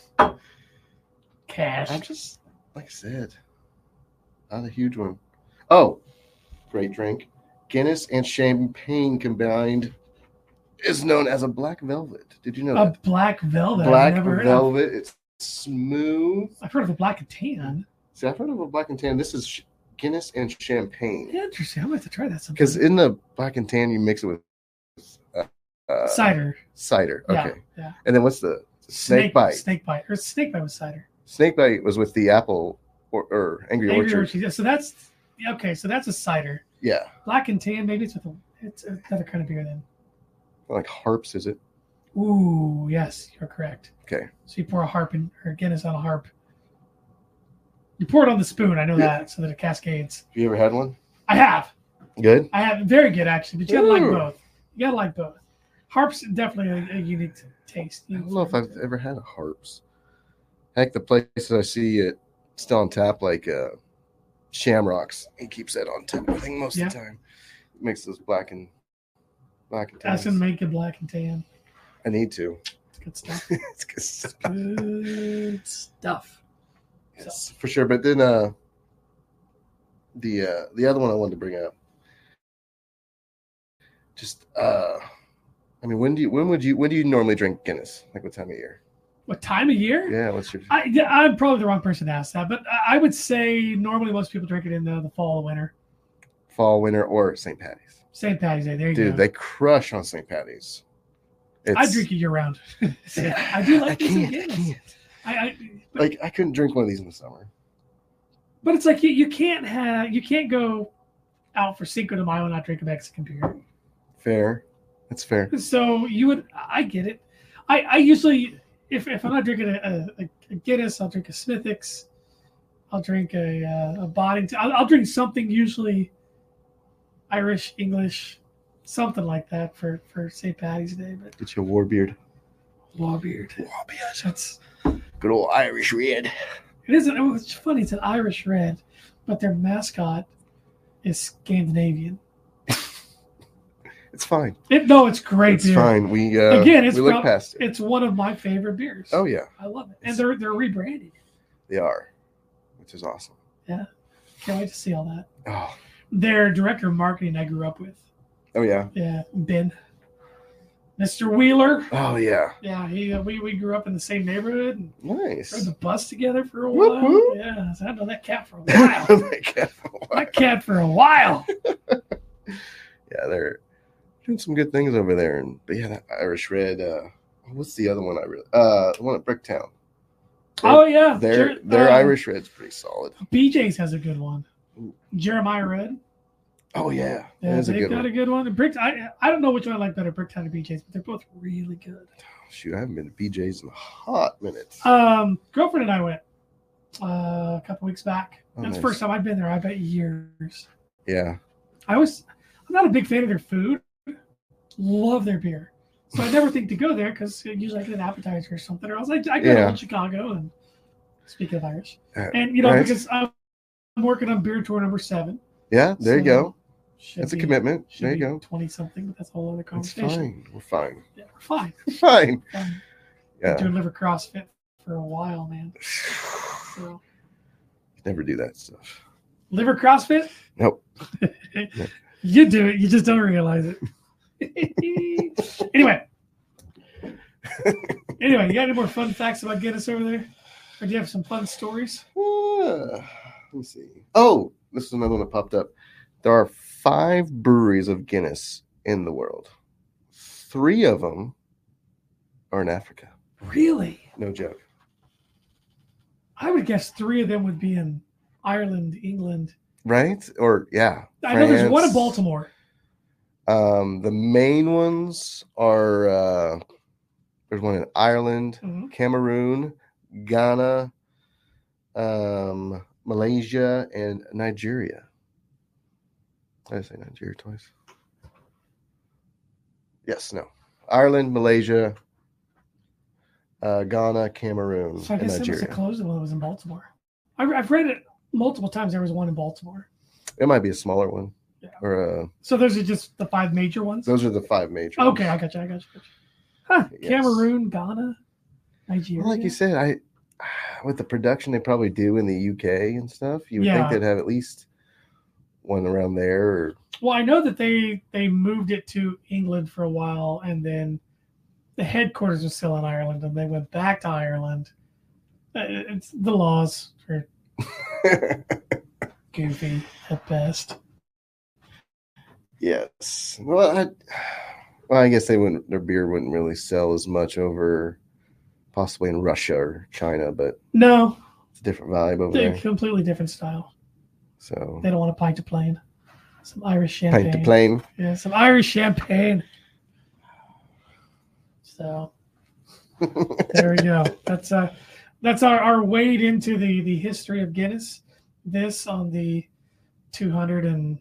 Cash.
I'm just like I said, not a huge one. Oh, great drink. Guinness and champagne combined is known as a black velvet. Did you know
A
that?
black velvet.
black
I've never heard of.
velvet. It's smooth.
I've heard of a black and tan.
See, I've heard of a black and tan. This is sh- Guinness and champagne.
Interesting. I'm gonna have to try that sometime.
Because in the black and tan, you mix it with uh, uh,
cider.
cider.
Yeah,
Okay.
yeah.
And then what's the snake, bite?
Snake bite. Or snake bite with cider.
Snake bite was with the apple or, or angry,
Angry
orchard.
Orchard. Yeah, so that's yeah, okay. So that's a cider.
Yeah.
Black and tan. Maybe it's with a. It's another kind of beer then.
Like harps, is it?
Ooh, yes, you're correct.
Okay.
So you pour a harp in, or Guinness on a harp. You pour it on the spoon. I know
Yeah.
that, so that it cascades.
You ever had one?
I have.
Good.
I have very good actually, but you gotta like
Ooh.
both. You gotta like both. Harps definitely a, a unique taste.
I don't know if I've ever had a harps. Heck, the places I see it still on tap, like uh, Shamrocks, he keeps that on tap. I think most
Yeah.
of the time, makes those black and black and
That's
tans.
gonna make it black and tan.
I need to.
It's good stuff.
It's good stuff.
Good stuff.
Yes, for sure. But then uh, the uh, the other one I wanted to bring up, just uh, I mean, when do you when would you when do you normally drink Guinness? Like what time of year?
What time of year?
Yeah, what's your
I, yeah, I'm probably the wrong person to ask that, but I- I would say normally most people drink it in the, the fall, the winter.
fall, winter, or St. Patty's?
St. Patty's Day. There you
Dude,
go.
they crush on St. Patty's.
I
It's-
drink it year round. I do like this
can't,
Guinness.
I can't.
I, I, but,
Like I couldn't drink one of these in the summer.
but it's like you, you can't have you can't go out for Cinco de Mayo and not drink a Mexican beer.
Fair. That's fair.
So you would I get it. I, I usually if, if I'm not drinking a, a, a Guinness, I'll drink a Smithix. I'll drink a uh, a Boddington. I'll, I'll drink something usually Irish, English, something like that for for St. Patty's Day. But
Get you a war beard.
Lawbeard, Lawbeard, that's
Good old Irish red.
It isn't. oh, It's funny. It's an Irish red, but their mascot is Scandinavian.
It's fine.
It, no, it's great
it's
beer.
fine. We uh
Again, it's
we look
prob-
past it.
It's one of my favorite beers.
Oh yeah,
I love it. And they're they're rebranding.
they are. Which is awesome.
Can't wait to see all that.
Oh,
Their director of marketing I grew up with.
oh yeah.
Yeah, Ben, Mr. Wheeler.
Oh yeah.
Yeah, he uh, we we grew up in the same neighborhood and rode
Nice.
the bus together for a
Whoop,
while.
whoop.
Yeah, so I've known that cat for a while.
yeah,
that cat for a while.
they're doing some good things over there. And but yeah, that Irish red, uh I what's the other one I really uh the one at Bricktown.
oh yeah,
Their
Jer-
their
uh,
Irish red's pretty solid.
BJ's has a good one. Jeremiah Red.
Oh yeah,
Yeah,
that's a
they've
good
got
one.
a good one. Brick, I, I don't know which one I like better, Bricktown or BJ's, but they're both really good.
Shoot, I haven't been to BJ's in a hot minute.
Um, girlfriend and I went uh, a couple weeks back.
Oh,
That's the
nice.
first time I've been there. I bet years.
yeah,
I was I'm not a big fan of their food. Love their beer, so I never think to go there because usually I get an appetizer or something. Or else I, I go
Yeah.
to Chicago and speaking of Irish,
Uh,
and you know
right.
because I'm, I'm working on beer tour number seven.
yeah. There you
So,
go.
Should
That's a
be-
commitment.
should
There you
be
go.
Twenty something, but that's a whole other
It's
conversation.
fine. We're fine.
Yeah, we're fine.
We're fine.
Um,
Yeah,
Doing liver CrossFit for a while, man. So
never do that stuff.
liver CrossFit?
Nope.
you do it. You just don't realize it. anyway. anyway, you got any more fun facts about Guinness over there? Or do you have some fun stories?
Uh, let me see. Oh, this is another one that popped up. There are five breweries of Guinness in the world. Three of them are in Africa.
Really?
No joke.
I would guess three of them would be in Ireland, England.
Right? Or yeah.
I know there's one in
France.
Baltimore.
Um, the main ones are uh, there's one in Ireland,
Mhm.
Cameroon, Ghana, um, Malaysia, and Nigeria. Did I say Nigeria twice? Yes, no. Ireland, Malaysia, uh, Ghana, Cameroon,
So I
and
guess they must have
Nigeria.
closed the one that was in Baltimore. I, I've read it multiple times. There was one in Baltimore.
It might be a smaller one.
Yeah.
Or uh,
So those are just the five major ones.
those are the five major. ones.
Okay, I got you. I got you. Huh,
Yes.
Cameroon, Ghana, Nigeria.
Well, like you said, I with the production they probably do in the UK and stuff, you would
Yeah.
think they'd have at least one around there. Or
Well, I know that they they moved it to England for a while, and then the headquarters was still in Ireland, and they went back to Ireland. Uh, It's the laws are goofy at best.
yes, well, I, well, I guess they wouldn't. Their beer wouldn't really sell as much over possibly in Russia or China, but
No,
it's a different vibe over
they're
there.
completely different style.
So
They don't want to pint to plane. Some Irish champagne.
paint the plane.
Yeah, some Irish champagne. So there we go. That's uh that's our, our wade into the the history of Guinness. This on the two hundred and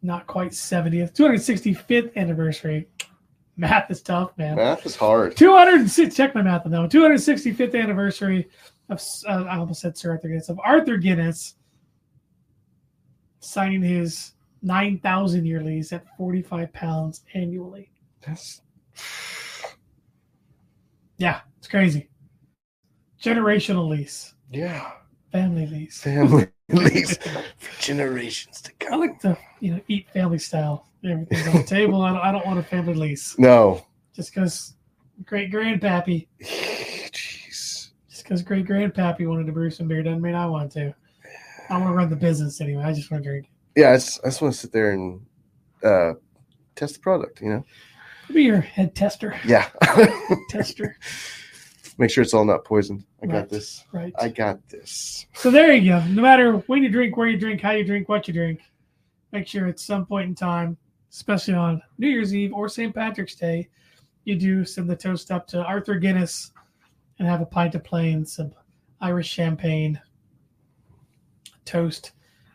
not quite seventieth, two hundred sixty fifth anniversary. Math is tough, man.
Math is hard.
Two hundred and six. Check my math on that one. Two hundred sixty fifth anniversary of uh, I almost said Sir Arthur Guinness of Arthur Guinness signing his nine thousand year lease at forty five pounds annually.
That's
Yeah, it's crazy. Generational lease,
yeah,
family lease.
family leaves for generations to
I
come.
like to you know eat family style. Everything's on the table. I don't, I don't want a family lease
No,
just because great grandpappy.
jeez,
Just because great grandpappy wanted to brew some beer doesn't mean I want to. I want to run the business anyway. I just want to drink.
yeah, I just, I just want to sit there and uh, test the product, you know.
Be your head tester.
Yeah.
Tester.
Make sure it's all not poisoned. I
Right.
got this.
Right.
I got this.
So there you go. No matter when you drink, where you drink, how you drink, what you drink, make sure at some point in time, especially on New Year's Eve or St. Patrick's Day, you do send the toast up to Arthur Guinness and have a pint of plain, some Irish champagne. Toast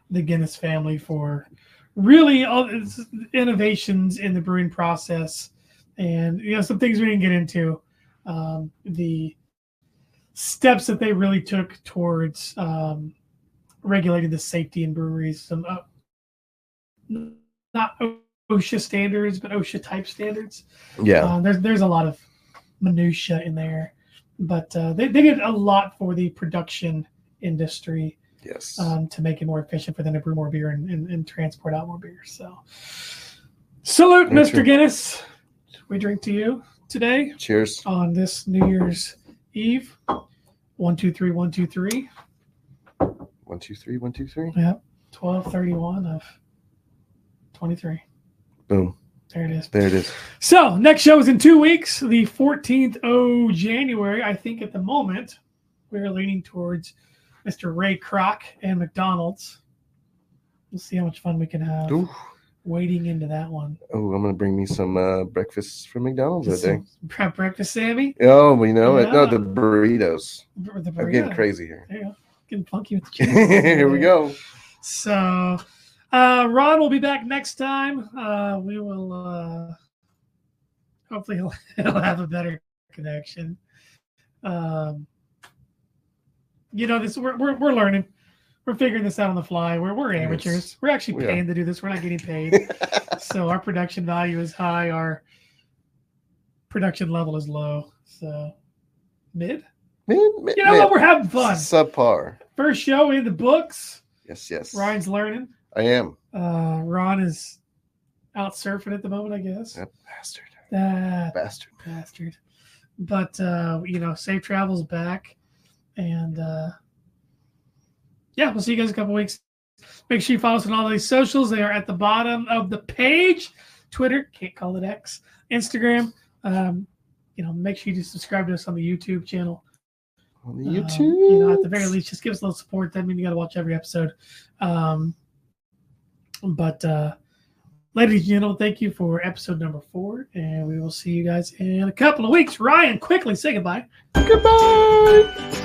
the Guinness family for really all its innovations in the brewing process, and you know some things we didn't get into. Um, the steps that they really took towards um, regulating the safety in breweries. Some uh, n- not O- OSHA standards, but OSHA type standards.
Yeah.
Uh, there's there's a lot of minutia in there, but uh, they they did a lot for the production industry
yes.
um, to make it more efficient for them to brew more beer and, and, and transport out more beer. So, salute,
Very
Mr.
true.
Guinness. We drink to you today
Cheers.
on this New Year's Eve. One, two, three, one, two, three.
One, two, three. One, two, three.
Yep. Twelve thirty-one of twenty-three.
Boom.
There it is.
There it is.
So next show is in two weeks, the 14th of January. I think at the moment we're leaning towards Mr. Ray Kroc and McDonald's. We'll see how much fun we can have
Ooh.
wading into that one.
Oh, I'm gonna bring me some uh, breakfast from McDonald's that day.
Some Prep breakfast, Sammy.
Oh, well, you know it. No,
Yeah.
the burritos.
or The
I'm
burrito.
getting crazy here.
There you go. Getting funky with the chicken.
here we go.
So, uh, Ron will be back next time. Uh, we will uh, hopefully he'll, he'll have a better connection. Um, you know, this we're, we're we're learning. We're figuring this out on the fly. We're we're
Yes.
amateurs. We're actually
We are.
paying to do this. We're not getting paid. so our production value is high. Our production level is low. So mid.
Man, man,
You know
man.
what? We're having fun.
Subpar.
First show in the books.
Yes, yes.
Ryan's learning.
I am.
Uh, Ron is out surfing at the moment, I guess.
That bastard.
That
Bastard.
bastard. But uh, you know, safe travels back, and uh, yeah, we'll see you guys in a couple weeks. Make sure you follow us on all these socials. They are at the bottom of the page. Twitter, can't call it X. Instagram. Um, you know, make sure you just subscribe to us on the YouTube channel.
On the
Um,
YouTube.
you know, at the very least, just give us a little support. That means you got to watch every episode. Um, but, uh, ladies and gentlemen, thank you for episode number four, and we will see you guys in a couple of weeks. Ryan, quickly say goodbye.
Goodbye.